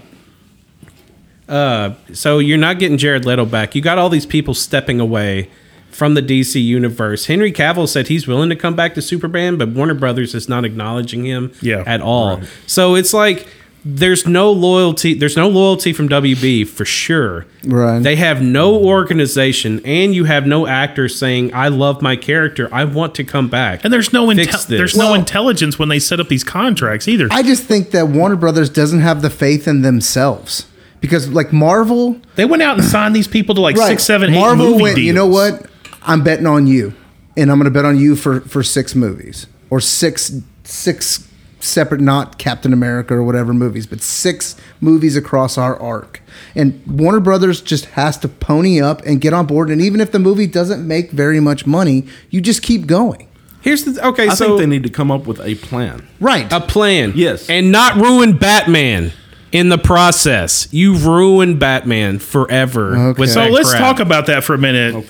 uh, so you're not getting Jared Leto back. You got all these people stepping away from the DC universe. Henry Cavill said he's willing to come back to Superman, but Warner Brothers is not acknowledging him
Yeah,
at all. So it's like there's no loyalty. There's no loyalty from WB for sure.
Right.
They have no organization, and you have no actor saying, "I love my character. I want to come back."
And there's no inte- there's no intelligence when they set up these contracts either.
I just think that Warner Brothers doesn't have the faith in themselves because, like Marvel,
they went out and signed these people to like
Right.
six, seven, eight
Marvel
movie
went,
deals.
You know what? I'm betting on you, and I'm going to bet on you for for six movies or six six separate, not Captain America or whatever movies, but six movies across our arc. And Warner Brothers just has to pony up and get on board. And even if the movie doesn't make very much money, you just keep going.
Here's the okay.
I
so
think they need to come up with a plan.
Right.
A plan.
Yes.
And not ruin Batman in the process. You've ruined Batman forever. with
so
that
let's
crap.
talk about that for a minute.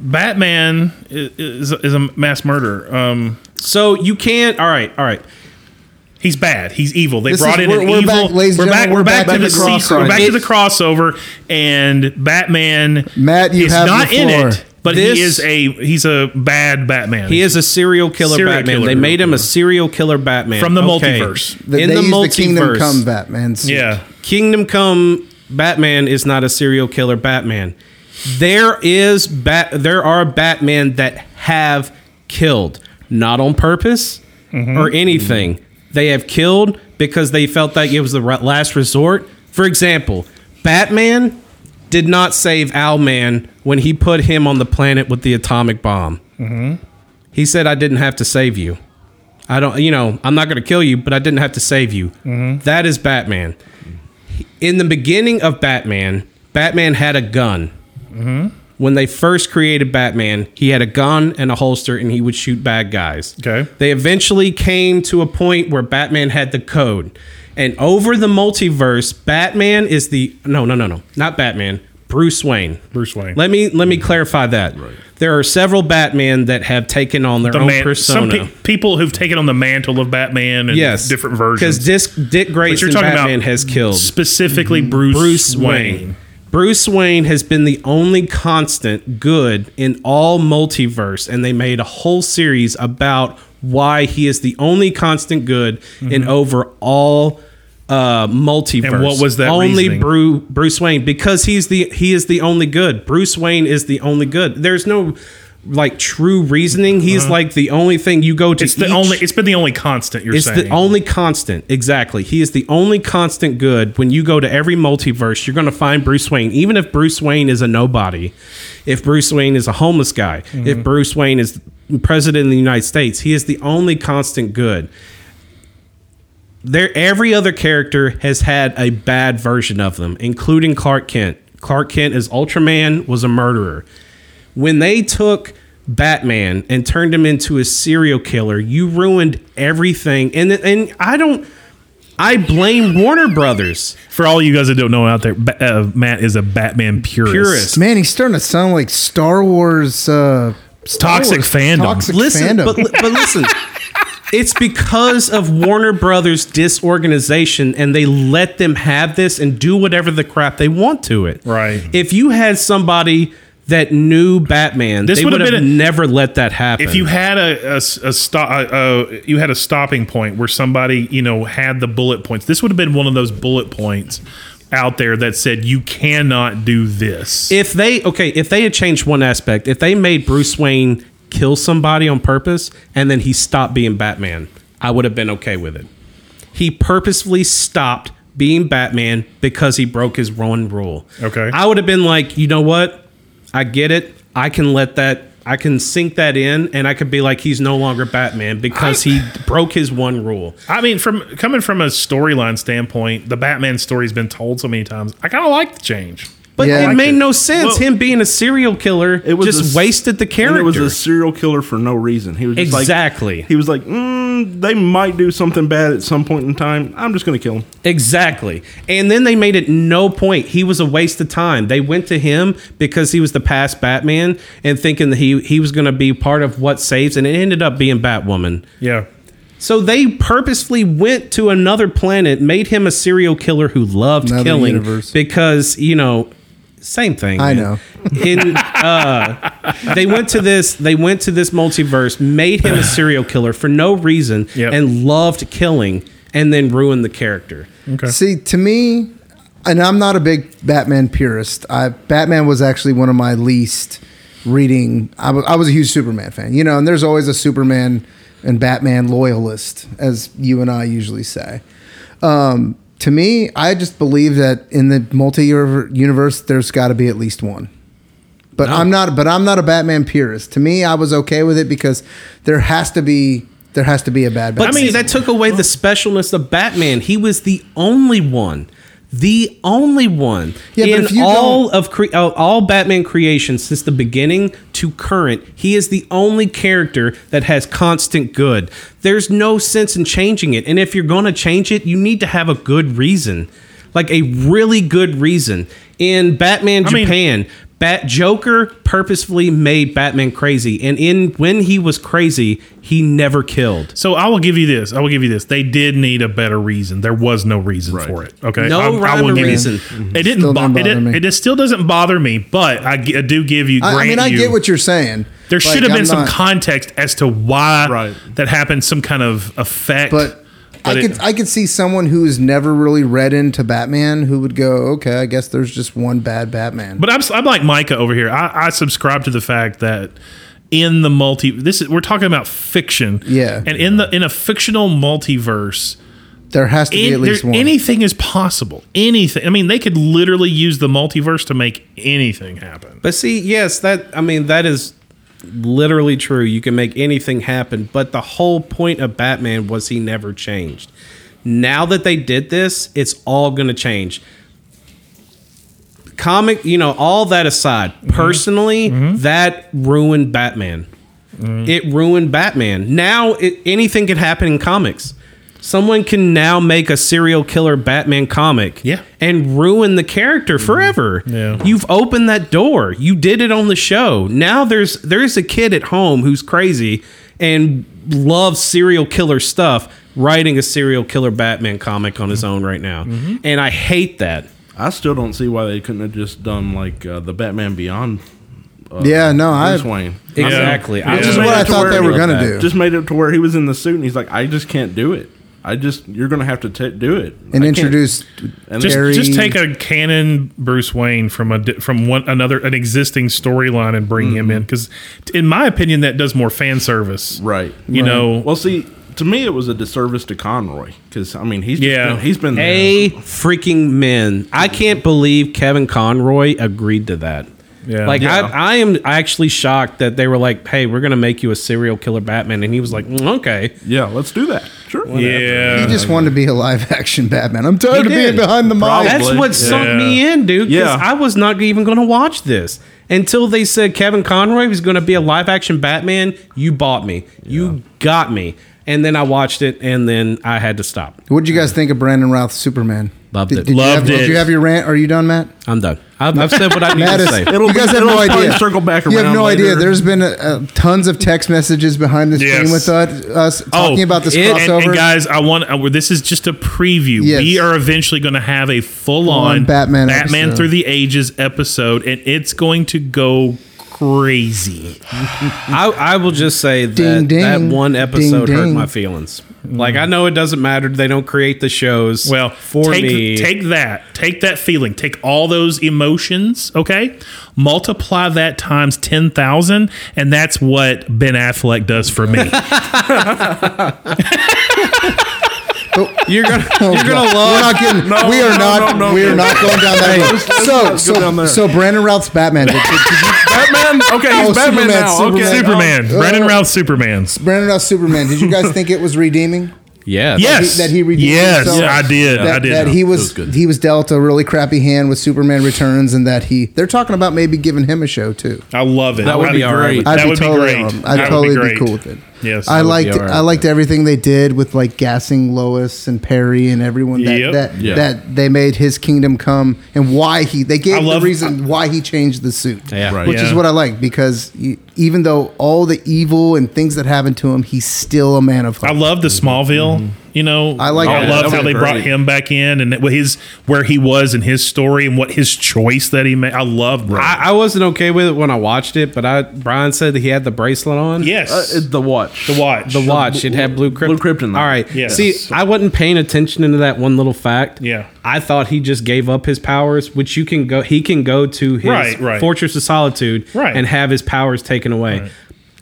Batman i- is, is a mass murderer. Um,
so you can't. All right, all right.
He's bad. He's evil. They
This
brought
is-
in an
we're- we're
evil.
back, ladies
we're
and
back.
gentlemen,
We're back to the
crossover.
seat- We're back to
It-
the crossover, and Batman.
Matt, you
is
have
not
the
in
floor.
it, but
This-
he is a he's a bad Batman.
He is a serial killer
Serial
Batman.
killer.
They made him a serial killer Batman
From the
Okay.
multiverse.
They,
in
they
the
use
multiverse,
the Kingdom Come Batman. suit.
yeah.
Kingdom Come Batman is not a serial killer Batman. There is bat. There are Batman that have killed, not on purpose or anything. They have killed because they felt that it was the re- last resort. For example, Batman did not save Owlman when he put him on the planet with the atomic bomb. He said, "I didn't have to save you. I don't. You know, I'm not going to kill you, but I didn't have to save you."
Mm-hmm.
That is Batman in the beginning of Batman, Batman had a gun.
Mm-hmm.
When they first created Batman, he had a gun and a holster and he would shoot bad guys.
Okay.
They eventually came to a point where Batman had the code. And over the multiverse, Batman is the no, no, no, no. Not Batman. Bruce Wayne.
Bruce Wayne.
Let me let me clarify that. There are several Batman that have taken on their
the
own
man,
persona.
Some pe- people who've taken on the mantle of Batman and
yes,
different versions.
Because Dick, Dick Grayson
talking about
Batman has killed Mm-hmm.
specifically Bruce,
Bruce
Wayne.
Wayne. Bruce Wayne has been the only constant good in all multiverse, and they made a whole series about why he is the only constant good in over all uh, multiverse.
Mm-hmm. And what was that
Only
reasoning?
Bru- Bruce Wayne because he's the he is the only good. Bruce Wayne is the only good. There's no like true reasoning. He's like the only thing you go to.
Uh-huh. It's the
each-
only. It's been the only constant. You're
it's
saying
the only constant. Exactly. He is the only constant good. When you go to every multiverse, you're going to find Bruce Wayne. Even if Bruce Wayne is a nobody, if Bruce Wayne is a homeless guy,
Mm-hmm.
if Bruce Wayne is president of the United States, he is the only constant good. There, every other character has had a bad version of them, including Clark Kent. Clark Kent as Ultraman was a murderer when they took Batman and turned him into a serial killer, you ruined everything. And and I don't. I blame Warner Brothers.
for all you guys that don't know out there. Ba- uh, Matt is a Batman purist.
Purist.
Man, he's starting to sound like Star Wars. Uh, Star
Toxic
Wars-
fandom.
Toxic
Listen,
fandom.
but, but listen, it's because of Warner Brothers' disorganization, and they let them have this and do whatever the crap they want to it.
Right.
If you had somebody that knew Batman,
This
they would
would've
have
been a-
never let that happen.
If you had a, a, stop, you had a stopping point where somebody you know had the bullet points. This would have been one of those bullet points out there that said you cannot do this.
if they okay if they had changed one aspect if they made bruce wayne kill somebody on purpose and then he stopped being batman i would have been okay with it he purposefully stopped being batman because he broke his one rule
Okay.
i would have been like you know what i get it i can let that i can sink that in and i could be like he's no longer batman because he broke his one rule
I mean, from coming from a storyline standpoint, the Batman story's been told so many times. I kind of like the change.
but
Yeah.
it made no sense
Well-
him being a serial killer it was just
a-
wasted the
and
character
it was a serial killer for no reason. He was just like-
Exactly.
he was like, mm, they might do something bad at some point in time. I'm just going to kill him.
Exactly. And then they made it no point. He was a waste of time. They went to him because he was the past Batman and thinking that he, he was going to be part of what saves, and it ended up being Batwoman.
Yeah.
So they purposefully went to another planet, made him a serial killer who loved
Another
killing
universe.
because, you know, same thing.
I
man.
know.
In, uh, they went to this. They went to this multiverse, made him a serial killer for no reason,
Yep.
and loved killing. and then ruin the character.
Okay. See, to me, and I'm not a big Batman purist. I, Batman was actually one of my least reading. I was, I was a huge Superman fan, you know, and there's always a Superman and Batman loyalist, as you and I usually say. Um, to me, I just believe that in the multi-year universe, there's got to be at least one. But I'm not. But I'm not a Batman purist. To me, I was okay with it because there has to be there has to be a bad.
But
Batman.
I mean, that took away the specialness of Batman. He was the only one, the only one
Yeah, but
in
if you
all of cre- uh, all Batman creation since the beginning to current. He is the only character that has constant good. There's no sense in changing it, and if you're going to change it, you need to have a good reason, like a really good reason. In Batman
I mean-
Japan, Bat Joker purposefully made Batman crazy, and in when he was crazy, he never killed.
So I will give you this. I will give you this. They did need a better reason. There was no reason for it. Okay, Mm-hmm.
No
I, I
rhyme or
will give you-
reason.
It didn't.
Still doesn't
Bo- it,
bother
didn't-
me.
it just still doesn't bother me. But I, g- I do give you.
I, I mean,
grant
I
you-
get what you're saying.
There
Like,
should have been
I'm
some
not-
context as to why that happened. Some kind of effect.
But I
it-
could I could see someone who has never really read into Batman who would go, okay, I guess there's just one bad Batman.
But I'm, I'm like Micah over here. I, I subscribe to the fact that in the multi, this is we're talking about fiction.
Yeah.
and in the in a fictional multiverse,
There has to be
an-
at least
there-
one.
anything is possible. Anything. I mean, they could literally use the multiverse to make anything happen.
But see, yes, that I mean that is literally true. You can make anything happen, but the whole point of Batman was he never changed. Now that they did this, it's all going to change. Comic, you know, all that aside, personally, that ruined Batman. It ruined Batman. Now it, anything can happen in comics. Someone can now make a serial killer Batman comic
Yeah.
and ruin the character forever.
Yeah.
You've opened that door. You did it on the show. Now there's there's a kid at home who's crazy and loves serial killer stuff, writing a serial killer Batman comic on his own right now.
Mm-hmm.
And I hate that.
I still don't see why they couldn't have just done like uh, the Batman Beyond. Uh,
Yeah, no, I-
Bruce Wayne.
Yeah. Exactly.
I mean,
Which
just
is
made
what
it
I
to
thought
where-
they were gonna do.
Just made it to where he was in the suit, and he's like, "I just can't do it. I just you're gonna have to t- do it." I
and
can't."
introduce
And
Just,
Terry.
just take a canon Bruce Wayne from a di- from one another an existing storyline and bring
Mm-hmm.
him in because, in my opinion, that does more fan service.
Right.
You know,
Well, see, to me, it was a disservice to Conroy because I mean, he's just
Yeah.
been, he's been
A freaking men. I can't believe Kevin Conroy agreed to that.
Yeah.
Like
Yeah.
I, I am actually shocked that they were like, "Hey, we're gonna make you a serial killer Batman," and he was like, "Mm, "Okay,
yeah, let's do that. Sure.
yeah.
he just wanted to be a live action Batman. I'm
He
tired of being
did.
behind the mic.
That's what sunk
Yeah.
me in, dude. Because
Yeah.
I was not even going to watch this until they said Kevin Conroy was going to be a live action Batman. You bought me. You got me. And then I watched it, and then I had to stop.
What did you guys think of Brandon Routh's Superman?
Loved it.
Did, did
Loved
you have,
it.
Did you have your rant? Are you done, Matt?
I'm done. I've, I've said what I need
Matt
to
is.
say.
It'll
you guys
be-
have no
it'll probably
idea.
circle back
You have
around
no idea.
later.
There's been uh, uh, tons of text messages behind the screen
Yes. Oh,
with us, us talking about this
and- and-
crossover.
And, guys, I want uh, this is just a preview.
Yes.
We are eventually going to have a full
Full-on
on
Batman
Batman
episode.
through the ages episode, and it's going to go crazy.
I, I will just say that
Ding, ding.
that one episode
Ding,
hurt
ding.
my feelings. Like I know it doesn't matter. They don't create the shows.
Well,
for
take,
me,
take that, take that feeling, take all those emotions, okay? Multiply that times ten thousand, and that's what Ben Affleck does for me.
you're gonna
Oh,
you're gonna
God.
love.
We're not getting. we are not.
no, no,
we are
no.
not going down that road.
let's
So,
not go down
so, so
there.
Brandon Routh's Batman. Did- did- did you-
Batman. Okay, he's
Oh,
Batman
Superman,
now. Okay,
Superman,
oh.
Brandon Routh, Superman's.
Brandon Routh's Superman. Did you guys think it was redeeming?
Yeah.
Yes,
that he redeemed
Yes,
himself.
I did.
That,
I did.
that he was,
good.
he was dealt a really crappy hand with Superman Returns, and that he they're talking about maybe giving him a show too.
I love it.
That would
I'd
be
all right
great.
with-
I'd
That
be
would be
totally,
great.
I'd
That would
totally be,
great.
cool with it.
Yes,
I
that would
liked
be all right
I
with
liked everything they did with like gassing Lois and Perry and everyone that
Yep.
that,
Yeah.
that they made his kingdom come and why he they gave
I love-
the reason why he changed the suit.
Yeah.
Right.
Which is
Yeah.
what I like because you, even though all the evil and things that happened to him, he's still a man of
I
hope.
Mm-hmm.
love the Smallville You know, I like. I love how they brought him back in and what his where he was in his story and what his choice that he made. I love.
I, I wasn't okay with it when I watched it, but I Brian said that he had the bracelet on.
Yes,
uh, the watch,
the watch,
the watch. It had blue
krypton. Blue krypton.
All right.
Yes.
See, I wasn't paying attention into that one little fact.
Yeah.
I thought he just gave up his powers, which you can go. He can go to his
Right, right.
Fortress of Solitude
Right.
and have his powers taken away.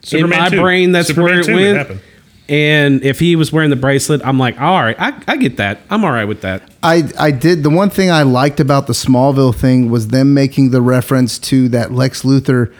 Superman
in my
2.
brain, that's
Superman
where it
2, it
went.
happened.
and if he was wearing the bracelet, I'm like, all right, I, I get that. I'm all right with that.
I, I did the one thing I liked about the Smallville thing was them making the reference to that Lex Luthor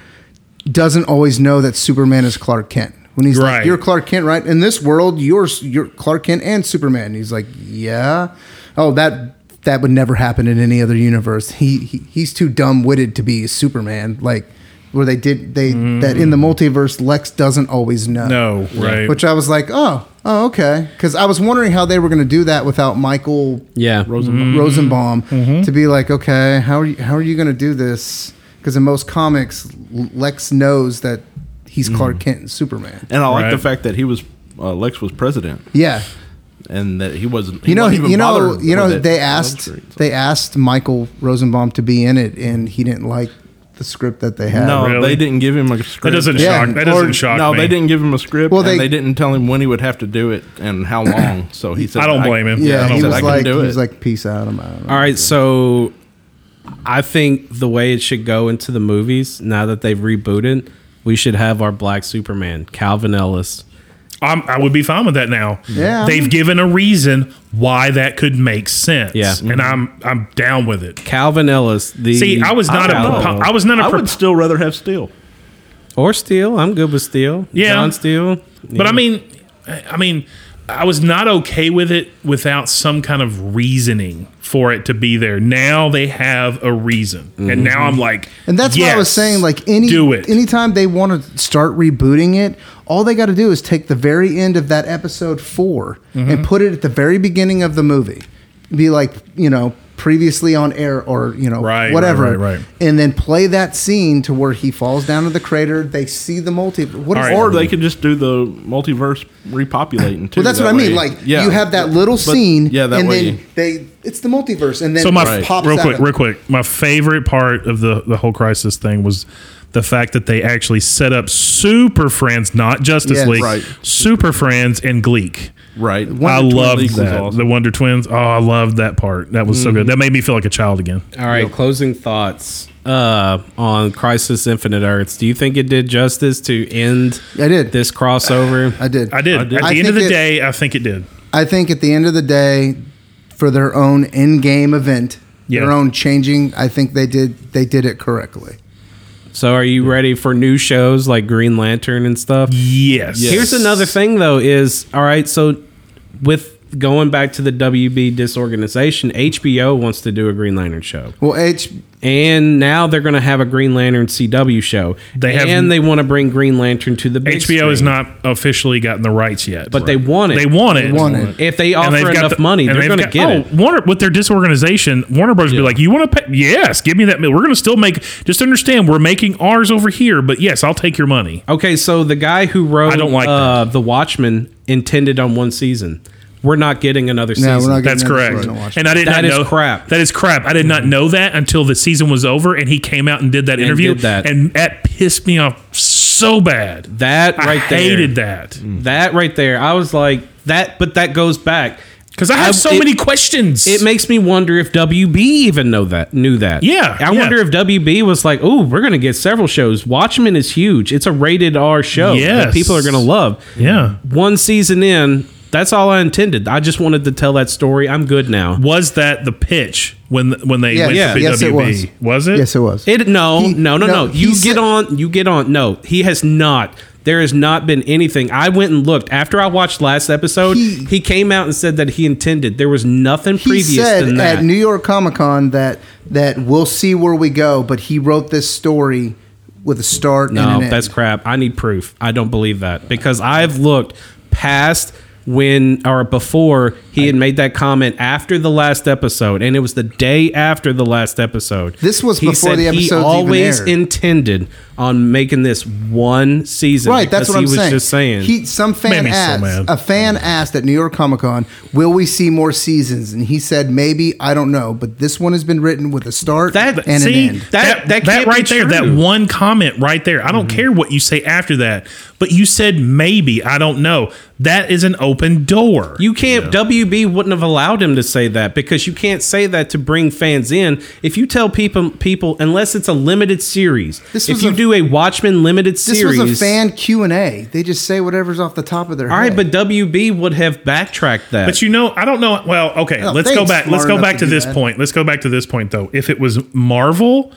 doesn't always know that Superman is Clark Kent. When he's
Right.
like, "You're Clark Kent, right?" In this world, you're you're Clark Kent and Superman. And he's like, "Yeah." Oh, that that would never happen in any other universe. He, he he's too dumb witted to be Superman. Like where they did they that in the multiverse, Lex doesn't always know.
Mm. No, right.
Which I was like, oh, oh, okay. Because I was wondering how they were going to do that without Michael
Yeah.
Rosenbaum, Rosenbaum
Mm-hmm.
to be like, okay, how are you, how are you going to do this? Because in most comics, L- Lex knows that he's
Mm.
Clark Kent and Superman.
and I like the
Right.
fact that he was uh, Lex was president,
Yeah,
and that he wasn't. He
you know,
wasn't even
you know,
bothered
you know.
with it.
They asked they asked Michael Rosenbaum to be in it, and he didn't like the script that they had.
No,
Really?
they didn't give him a script.
That doesn't
Yeah.
shock. That
Or-
doesn't shock
No,
me.
they didn't give him a script.
Well,
and
they-
they, didn't tell him when he would have to do it and how long. So he said,
I don't blame him.
Yeah,
I don't
he
said,
was
"I can
like, he
do
was
it."
like, peace out. I'm out.
All right, so I think the way it should go into the movies now that they've rebooted, we should have our Black Superman, Calvin Ellis.
I'm, I would be fine with that now.
Yeah.
they've given a reason why that could make sense.
Yeah.
and I'm I'm down with it.
Calvin Ellis. The
See, I was not a
Apollo.
propo- I was not a
I
pro-
would still rather have Steel.
or Steel. I'm good with Steel.
Yeah.
John Steel.
But I mean, I mean, I was not okay with it without some kind of reasoning for it to be there. Now they have a reason,
Mm-hmm.
and now I'm like,
And that's why I was
yes,
saying, like any
do it.
anytime they want to start rebooting it, all they got to do is take the very end of that episode 4
Mm-hmm.
and put it at the very beginning of the movie. Be like, you know, previously on air or you know
Right, right,
whatever,
right, right.
and then play that scene to where he falls down to the crater. They see the multi. What
All
is
right.
Or they could just do the multiverse repopulating too.
Well, that's
That
what I mean.
way-
Like
yeah.
you have that little
But-
scene,
Yeah, that
and
way.
then they it's the multiverse, and then
so my
it pops
real
out
quick,
of-
real quick. My favorite part of the the whole crisis thing was the fact that they actually set up Super Friends, not Justice
Yes.
League,
Right.
Super Friends and Gleek.
right.
I
Twin
loved
League was
that.
awesome.
The Wonder Twins. Oh, I loved that part. That was so
Mm-hmm.
good. That made me feel like a child again.
All right, closing thoughts uh, on Crisis Infinite Earths. Do you think it did justice to end
I did.
this crossover?
I did.
I did. At the
I
end of the
think it-
day, I think it did.
I think at the end of the day, for their own in-game event,
Yeah.
their own changing, I think they did they did it correctly.
So, are you ready for new shows like Green Lantern and stuff?
Yes.
Here's another thing though is all right, so with going back to the WB disorganization, HBO wants to do a Green Lantern show.
Well, H,
And now they're going to have a Green Lantern CW show.
They have-
and they want to bring Green Lantern to the big
HBO has
screen.
not officially gotten the rights yet,
but they want it.
They want it.
want it.
If they
And
offer
they've got
enough
the-
money,
and
they're
they've
going to
got-
get it.
oh, Warner with their disorganization, Warner Brothers be like, "You want to pay? Yes, give me that. mil- We're going to still make. Just understand, we're making ours over here, but yes, I'll take your money.
Okay, so the guy who wrote
I don't like
uh, The Watchmen intended on one season. We're not getting another
no,
season.
we're not getting
That's
another
correct.
season to watch
And I did
That
not
is
know
crap. Mm-hmm.
That is crap. I did not know that until the season was over, and he came out and did that interview,
did that.
and that pissed me off so bad.
that
I
right there.
hated that
That right there. I was like that but that goes back
because I have
I-
so
it-
many questions.
It makes me wonder if WB even know that knew that.
Yeah,
I
yeah.
wonder if WB was like, "Oh, we're gonna get several shows. Watchmen is huge. It's a rated R show that
Yes.
people are gonna love."
yeah.
One season in, that's all I intended. I just wanted to tell that story. I'm good now.
was that the pitch when when they
Yeah,
went
yeah.
to BWB?
Yes, it was.
Was it?
Yes, it was.
It no,
He-
no, no,
no,
no. You
he
get
said-
on. You get on. No, he has not. There has not been anything. I went and looked after I watched last episode. He,
He-
came out and said that he intended. There was nothing
he
previous
said
than that.
at New York Comic Con that that we'll see where we go, but he wrote this story with a start. and
No,
an
that's
end.
crap. I need proof. I don't believe that because I've looked past when or before he had made that comment after the last episode, and it was the day after the last episode.
This was before the
He
episode's even
always
aired.
intended on making this one season,
Right, that's
because
what I'm
he was
saying.
just saying.
He, some fan
Made me so
asked,
mad.
a fan asked at New York Comic Con, "Will we see more seasons?" And he said, "Maybe, I don't know, but this one has been written with a start and
See,
an end."
that that, right there, that one comment right there. I don't
Mm-hmm.
care what you say after that, but you said maybe. I don't know. That is an open door.
You can't. WB wouldn't have allowed him to say that because you can't say that to bring fans in. If you tell people, people, unless it's a limited series,
This
if
was
you
a-
do a Watchmen limited
this
series,
was a fan Q and A. They just say whatever's off the top of their
all
head.
right, but WB would have backtracked that.
But you know, I don't know. Well, okay,
Oh, I don't
let's
think
go
it's
back. Let's
smart
go
enough
back
to
to
do
this
that.
point. Let's go back to this point though. If it was Marvel,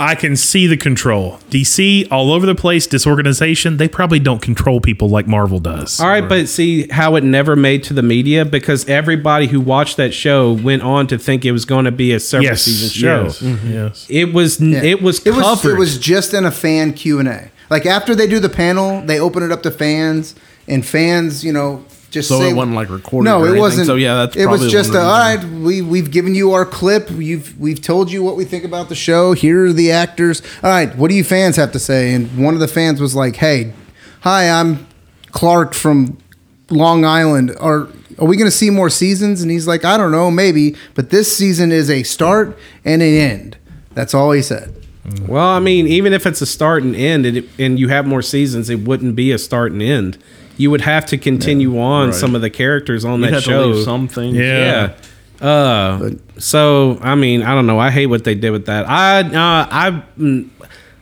I can see the control. DC all over the place, disorganization. They probably don't control people like Marvel does.
All right, but see how it never made to the media because everybody who watched that show went on to think it was going to be a several
Yes,
season show.
yes, Mhm. yes.
It was it was
it was
covered.
it was just in a fan Q and A. Like after they do the panel, they open it up to fans, and fans, you know, just
So
say,
it wasn't, like, recorded
No,
or
it
anything.
wasn't.
So, yeah, that's
it
probably
was just a,
one of the
all right. We we've given you our clip. You've we've told you what we think about the show. Here are the actors. All right, what do you fans have to say? And one of the fans was like, "Hey, hi, I'm Clark from Long Island. Are are we going to see more seasons?" And he's like, "I don't know, maybe, but this season is a start and an end." That's all he said.
Well, I mean, even if it's a start and end, and, it, and you have more seasons, it wouldn't be a start and end. You would have to continue on
right.
some of the characters on
You'd
that
have to
show.
leave some things.
yeah. Uh, so I mean, I don't know. I hate what they did with that. I, uh, I, mm,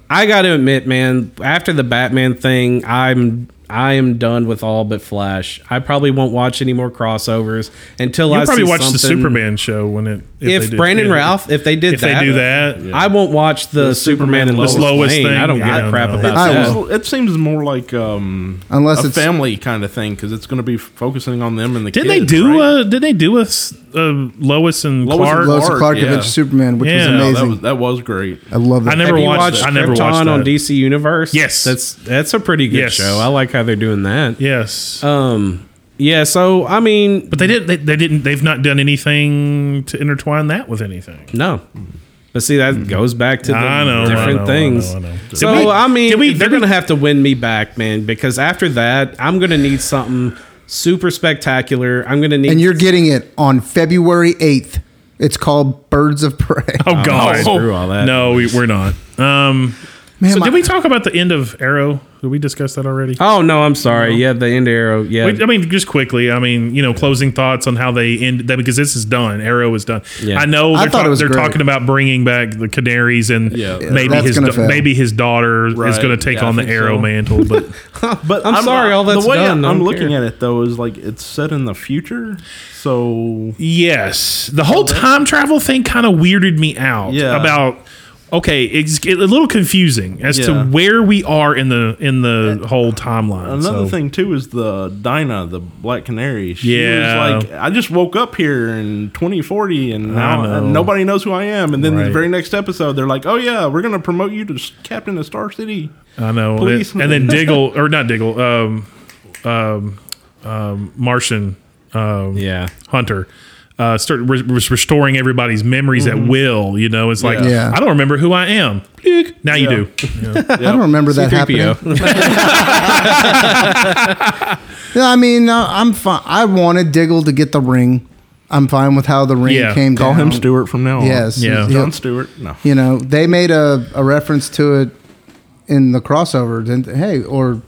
I got to admit, man. After the Batman thing, I'm. I am done with all but Flash. I probably won't watch any more crossovers until
You'll
I
probably
see
watch the
something-
Superman show when it
If,
they did-
Brandon
if-
Ralph, if they did
if
that,
they do that,
I won't watch the, Superman and Lois,
Lois
Lane.
thing,
I don't give
yeah,
a crap
no.
about
It
that.
seems- it seems more like um,
Unless
a
it's-
family kind of thing because it's going to be f- focusing on them and the
Did
kids. Oh,
they do? Uh, did they do a s- uh, Lois and
Lois and
Clark?
Lois and Clark
yeah.
Adventures Superman, which
Yeah.
was
No, that
amazing.
That was, that was great.
I love that.
I never
Have you
watched.
watched
I never
Krypton
watched that.
on DC Universe.
Yes.
that's that's a pretty good
Yes.
show. I like how they're doing that.
Yes.
Um. Yeah. So I mean,
but they didn't. They, they didn't. They've not done anything to intertwine that with anything.
no. But see, that goes back to the
Mm. I know, I
different
know, I
things.
know, I know.
So
Did we-
I mean,
did we-
they're
did we-
gonna have to win me back, man. Because after that, I'm gonna need something super spectacular. I'm gonna need.
and you're getting it on February 8th. It's called Birds of Prey.
Oh God!
screw all that.
No, we, we're not. Um,
Man,
so
my-
did we talk about the end of Arrow? Did we discuss that already?
oh no, I'm sorry. Yeah, the end arrow. Yeah,
We- I mean, just quickly. I mean, you know, closing thoughts on how they end that because this is done. Arrow is done.
Yeah.
I know
I
they're,
thought
talk-
it was
they're
great.
talking about bringing back the Canaries and
Yeah. Yeah,
maybe
that's
his
gonna
da-
fail.
maybe his daughter is
Right.
going to take
Yeah, I
on the
think
Arrow
so.
mantle. But
but I'm, sorry. All that's
the way
done.
I'm looking at it though is like it's set in the future, so
yes, the whole time travel thing kind of weirded me out.
Yeah.
About okay, it's a little confusing as
Yeah.
to where we are in the in the whole timeline.
Another
so.
thing too is the Dinah, the Black Canary. She
Yeah.
was like, I just woke up here in 2040, and now
know.
and nobody knows who I am. And then the
Right.
very next episode, they're like, Oh yeah, we're gonna promote you to s- captain of Star City.
I know.
Police.
And then Diggle or not Diggle, um, um, um, Martian um,
Yeah.
Hunter. Uh, start re- was restoring everybody's memories at will. You know, it's like
Yeah. Yeah.
I don't remember who I am. Now you do.
I don't remember that happening. Yeah, I mean, uh, I'm fine. I wanted Diggle to get the ring. I'm fine with how the ring
Yeah.
came
Call
down.
him Stewart from now on.
Yes.
Yeah.
Yep.
John Stewart. No,
You know, they made a, a reference to it in the crossover. Didn't, hey, or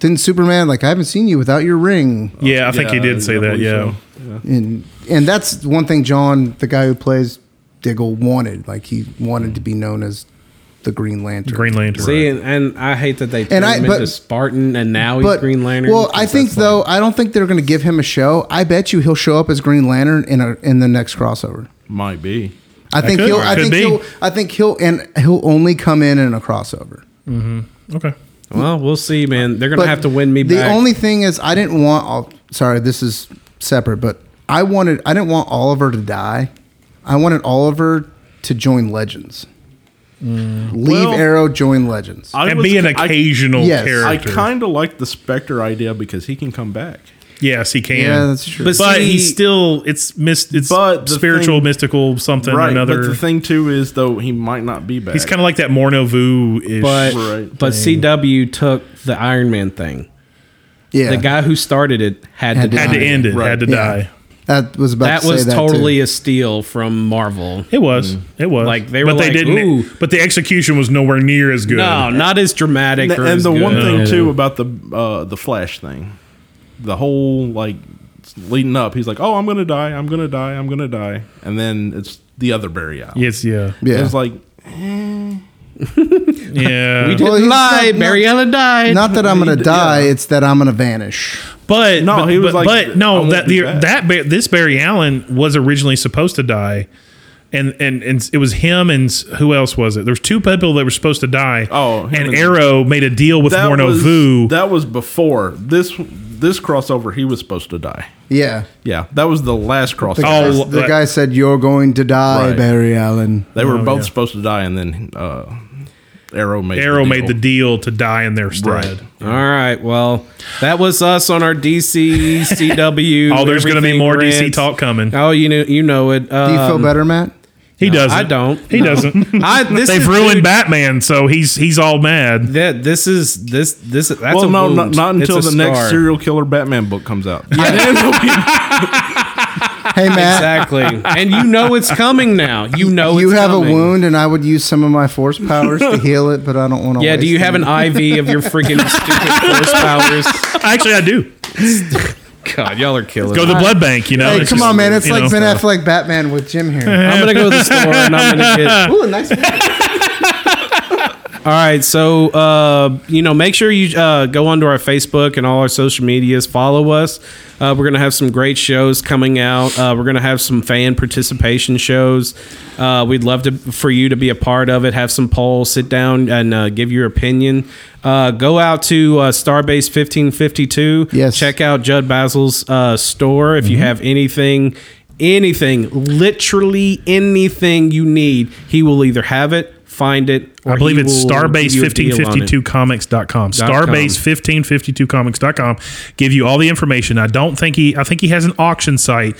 didn't Superman, like, I haven't seen you without your ring.
Yeah, I think he
Yeah,
did say
I
that.
believe
Yeah.
so.
and and that's one thing John, the guy who plays Diggle, wanted. Like he wanted to be known as the Green Lantern.
Green Lantern.
See, and, and I hate that they turned
I-
him
but-
into Spartan, and now he's
But,
Green Lantern.
well, I
because
think
that's like-
though I don't think they're going to give him a show. I bet you he'll show up as Green Lantern in a, in the next crossover.
might be.
I think
could-
he'll. I
could
think
be.
he'll. I think he'll and he'll only come in in a crossover.
Okay.
well, we'll see, man. They're gonna have to win me
the
back.
only thing is, I didn't want. All, sorry, this is separate, but I wanted. I didn't want Oliver to die. I wanted Oliver to join Legends.
Mm.
Leave
Well-
Arrow, join Legends.
I
and
was-
be an
I-
occasional
Yes.
I
character.
kind of like the Spectre idea because he can come back.
Yes, he can.
Yeah, that's true.
But,
See-
he's still it's mis- it's
But the
spiritual,
thing-
mystical, something or
right,
another.
but the thing too is though he might not be back.
he's kind of like that Morno Vu ish.
But
Right.
but
Thing.
CW took the Iron Man thing.
Yeah.
the guy who started it had,
Had
to,
to
die.
had to end it. Had to
Yeah.
die.
That was about
That
to say
was
that, too.
totally a steal from Marvel.
It was.
Mm.
It was.
Like, they were
but
like,
they didn't.
"Ooh."
But the execution was nowhere near as good.
No, not as dramatic.
and,
or
and
as
the one
good.
thing too about the uh, the Flash thing, the whole like leading up, he's like, "Oh, I'm gonna die, I'm gonna die, I'm gonna die," and then it's the other Barry Allen.
Yes. Yeah.
Yeah.
It's like
Yeah.
we didn't
he's
lie.
not- not-
Barry Allen died.
Not that I'm going to die, it's that I'm going to vanish.
But
No,
but,
he was
but,
like,
but
I
no,
won't
that
be
the,
back.
that Bar- this Barry Allen was originally supposed to die, and and and it was him and s- who else was it? There was two people that were supposed to die.
Oh, him
and,
and-
Arrow made a deal with
that
Morno
was
Vu.
that was before this this crossover. He was supposed to die.
Yeah.
Yeah, that was the last crossover.
The,
Oh,
guy, the
that-
guy said, You're going to die,
Right.
Barry Allen.
They were
Oh,
both
yeah.
supposed to die, and then uh, Arrow made
Arrow made the deal to die in their stead.
Right.
All right. Well, that was us on our DC CW.
Oh, there's going to be
everything
more DC
rants.
talk coming.
Oh, you know, you know it.
Do you
Um,
feel better, Matt?
He doesn't.
I don't.
He
No.
doesn't.
I- this
They've
is-
ruined
dude,
Batman, so he's he's all mad.
That this is this this. That's
Well,
a
no,
wound.
not, not
It's
until
a
the next
scar.
serial killer Batman book comes out.
Hey, Matt.
Exactly, and you know it's coming now. You know
You
it's
have
coming.
a wound, and I would use some of my force powers to heal it, but I don't want to.
Yeah, do you have an IV of your freaking stupid force powers?
Actually, I do.
God, y'all are killing.
Go to
me.
the blood bank. You know.
Hey,
It's
come
just,
on, man! It's
you
like
know. uh,
Ben Affleck Batman with Jim here.
I'm gonna go to the store and I'm gonna get.
Ooh, nice.
All right, so uh, you know, make sure you uh, go onto our Facebook and all our social medias. Follow us. Uh, we're gonna have some great shows coming out. Uh, we're gonna have some fan participation shows. Uh, we'd love to for you to be a part of it. Have some polls. Sit down and uh, give your opinion. Uh, go out to uh, Starbase fifteen fifty two.
Yes.
Check out Judd Basil's uh, store if you have anything. Anything, literally anything you need, he will either have it, find it,
I
or
believe
he
it's
will give you a deal on it.
starbase1552comics.com.
Dot com.
Starbase1552comics.com. Give you all the information. I don't think he I think he has an auction site.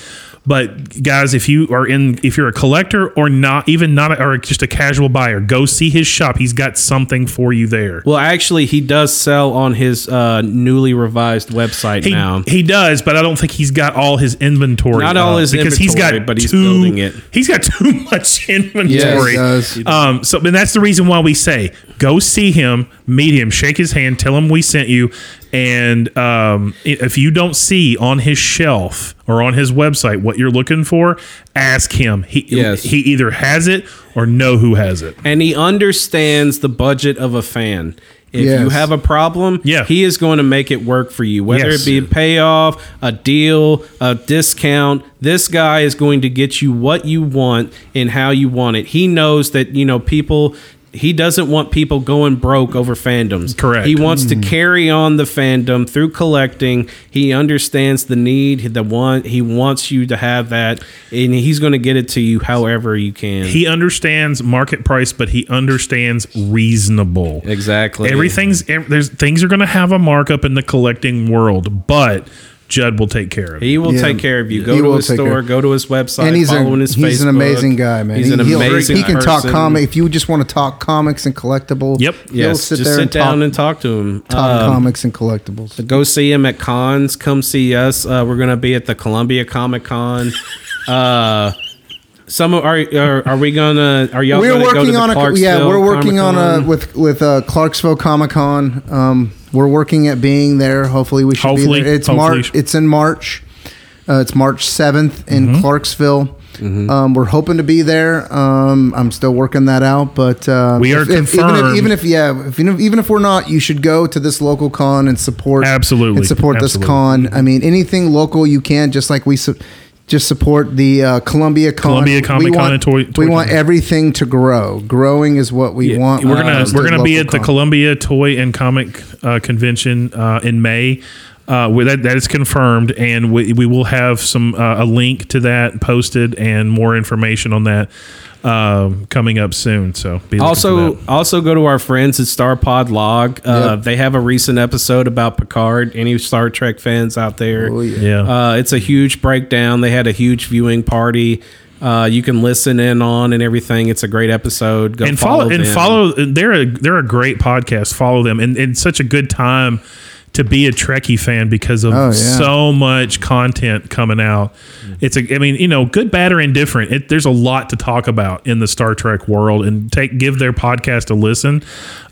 But guys, if you are in if you're a collector or not even not a, or just a casual buyer, go see his shop. He's got something for you there.
Well, actually, he does sell on his uh, newly revised website
He,
now.
he does, but I don't think he's got all his inventory.
Not all
up
his inventory, but he's building it.
He's got too much inventory.
does.
Um, so, and that's the reason why we say go see him, meet him, shake his hand, tell him we sent you. And um, i- if you don't see on his shelf or on his website what you're looking for, ask him. He
Yes.
he either has it or know who has it.
and he understands the budget of a fan. If
Yes.
you have a problem,
Yeah.
he is going to make it work for you. Whether
Yes.
it be a payoff, a deal, a discount, this guy is going to get you what you want and how you want it. He knows that, you know, people he doesn't want people going broke over fandoms.
Correct.
He wants to carry on the fandom through collecting. He understands the need, the want. He wants you to have that, and he's going to get it to you however you can.
He understands market price, but he understands reasonable.
exactly
Everything's ev- there's things are going to have a markup in the collecting world, but Judd will take care of it.
He will
Yeah.
take care of you. Go
He
to
will
his
take
store.
care-
Go to his website.
and he's, a,
follow him on his
he's an
Facebook.
amazing guy, man.
He's an
he'll-
amazing.
He can talk
person.
comic. If you just want to talk comics and collectibles,
Yep.
he'll
Yes,
sit
just
there
sit
and
down
talk,
and talk to him.
talk
Um,
comics and collectibles.
go see him at cons. Come see us. Uh, we're gonna be at the Columbia Comic Con. uh, some of, are, are are we gonna? Are y'all?
We're
gonna go to
working
the
on a yeah.
Clarksville
We're working on a
Comic-Con?
with with uh, Clarksville Comic Con. Um, we're working at being there. Hopefully, we should
Hopefully,
be there. It's
hopefully.
March. It's in March. Uh, it's March seventh in
Mm-hmm.
Clarksville. Um, we're hoping to be there. Um, I'm still working that out, but uh,
We are
if, if- even if,
confirmed.
even if yeah, if, even if- even if we're not, you should go to this local con and support
Absolutely.
and support
Absolutely.
this con. I mean, anything local you can, just like we. Su- just support the uh, Columbia Con.
Columbia
We
Comic Con
want-
and Toy- Toy
we want
Con.
everything to grow. Growing is what we
Yeah,
want.
We're
when it
gonna
comes
we're
to
gonna
uh,
be
local
at the
con-
Columbia Toy and Comic uh, Convention uh, in May. Uh, with that, that is confirmed, and we, we will have some uh, a link to that posted and more information on that. um, coming up soon. So be looking for
Also,
that.
also go to our friends at Star Pod Log. Uh,
Yep.
They have a recent episode about Picard. Any Star Trek fans out there? Oh,
yeah.
Uh, it's a huge breakdown. They had a huge viewing party. Uh, you can listen in on and everything. It's a great episode. Go
and follow, and
them.
follow. They're a they're a great podcast. Follow them, and it's such a good time to be a Trekkie fan because of
Oh, yeah.
so much content coming out. It's a, I mean, you know, good, bad, or indifferent. It, there's a lot to talk about in the Star Trek world, and take give their podcast a listen.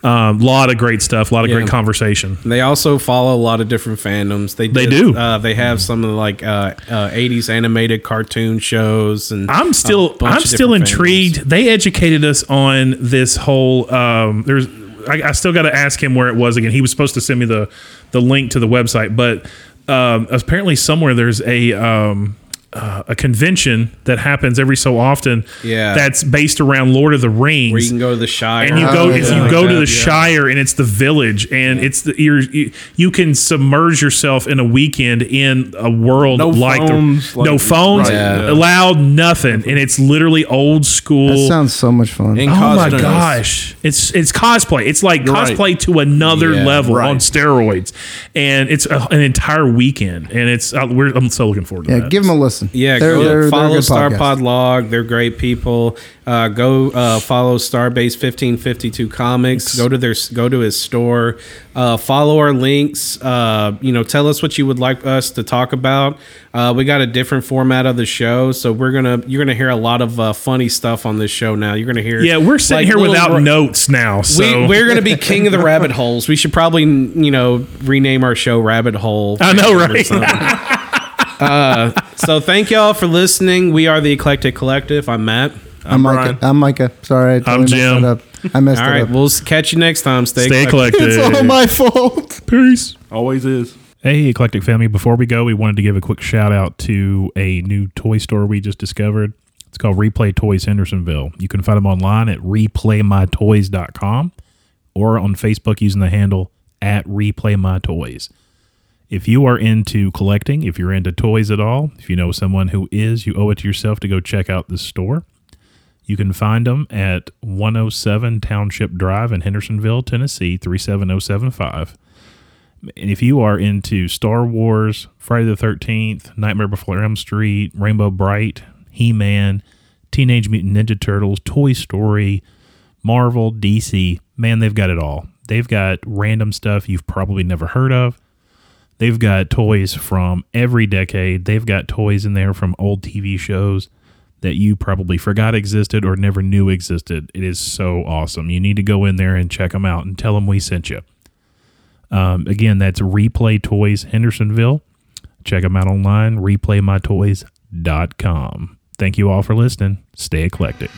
A lot of great stuff. A lot of
Yeah.
great conversation.
They also follow a lot of different fandoms. They
They
did,
do.
Uh, they have some of the, like uh, uh, '80s animated cartoon shows, and
I'm
a
still
bunch
I'm
of
still
different
intrigued. They educated us on this whole. Um, there's I, I still got to ask him where it was again. He was supposed to send me the the link to the website, but um, apparently somewhere there's a. Um, uh, a convention that happens every so often.
Yeah.
that's based around Lord of the Rings.
Where you can go to the Shire,
and you go if you
Yeah.
go to the
Yeah.
Shire, and it's the village, and it's the you're, you you can submerge yourself in a weekend in a world
No
like
phones,
the,
like-
no phones
Right, yeah.
allowed nothing, and it's literally old school.
That sounds so much fun.
oh my gosh, it's it's cosplay. It's like
You're right.
cosplay to another
Yeah,
level
right.
on steroids, and it's a, an entire weekend, and it's uh, we're, I'm so looking forward to
Yeah,
that.
give them a listen.
Yeah,
They're-
go
they're- they're a
follow
good
Star
podcast.
Pod Log. They're great people. Uh, go uh, follow Starbase fifteen fifty two Comics. Go to their go to his store. Uh, follow our links. Uh, you know, tell us what you would like us to talk about. Uh, we got a different format of the show, so we're gonna you're gonna hear a lot of uh, funny stuff on this show now. You're gonna hear
yeah, we're sitting
like,
here
little
without
ro-
notes now, so
we, we're going to be king of the rabbit holes. We should probably, you know, rename our show Rabbit Hole.
I know,
or
right?
something. uh, so thank y'all for listening. We are the Eclectic Collective. I'm Matt.
I'm Micah. I'm Micah. Sorry, I totally
Jim.
messed it up. I messed
All
it
right,
up.
we'll s- catch you next time. Stay,
Stay
It's all my fault.
Peace.
Always is.
Hey, Eclectic Family. Before we go, we wanted to give a quick shout out to a new toy store we just discovered. It's called Replay Toys Hendersonville. You can find them online at replaymytoys.com or on Facebook using the handle at replaymytoys. If you are into collecting, if you're into toys at all, if you know someone who is, you owe it to yourself to go check out this store. You can find them at 107 Township Drive in Hendersonville, Tennessee, 37075. And if you are into Star Wars, Friday the 13th, Nightmare Before Elm Street, Rainbow Bright, He Man, Teenage Mutant Ninja Turtles, Toy Story, Marvel, DC, man, they've got it all. They've got random stuff you've probably never heard of. They've got toys from every decade. They've got toys in there from old TV shows that you probably forgot existed or never knew existed. It is so awesome. You need to go in there and check them out and tell them we sent you. Um, again, that's Replay Toys Hendersonville. Check them out online, replaymytoys.com. Thank you all for listening. Stay eclectic.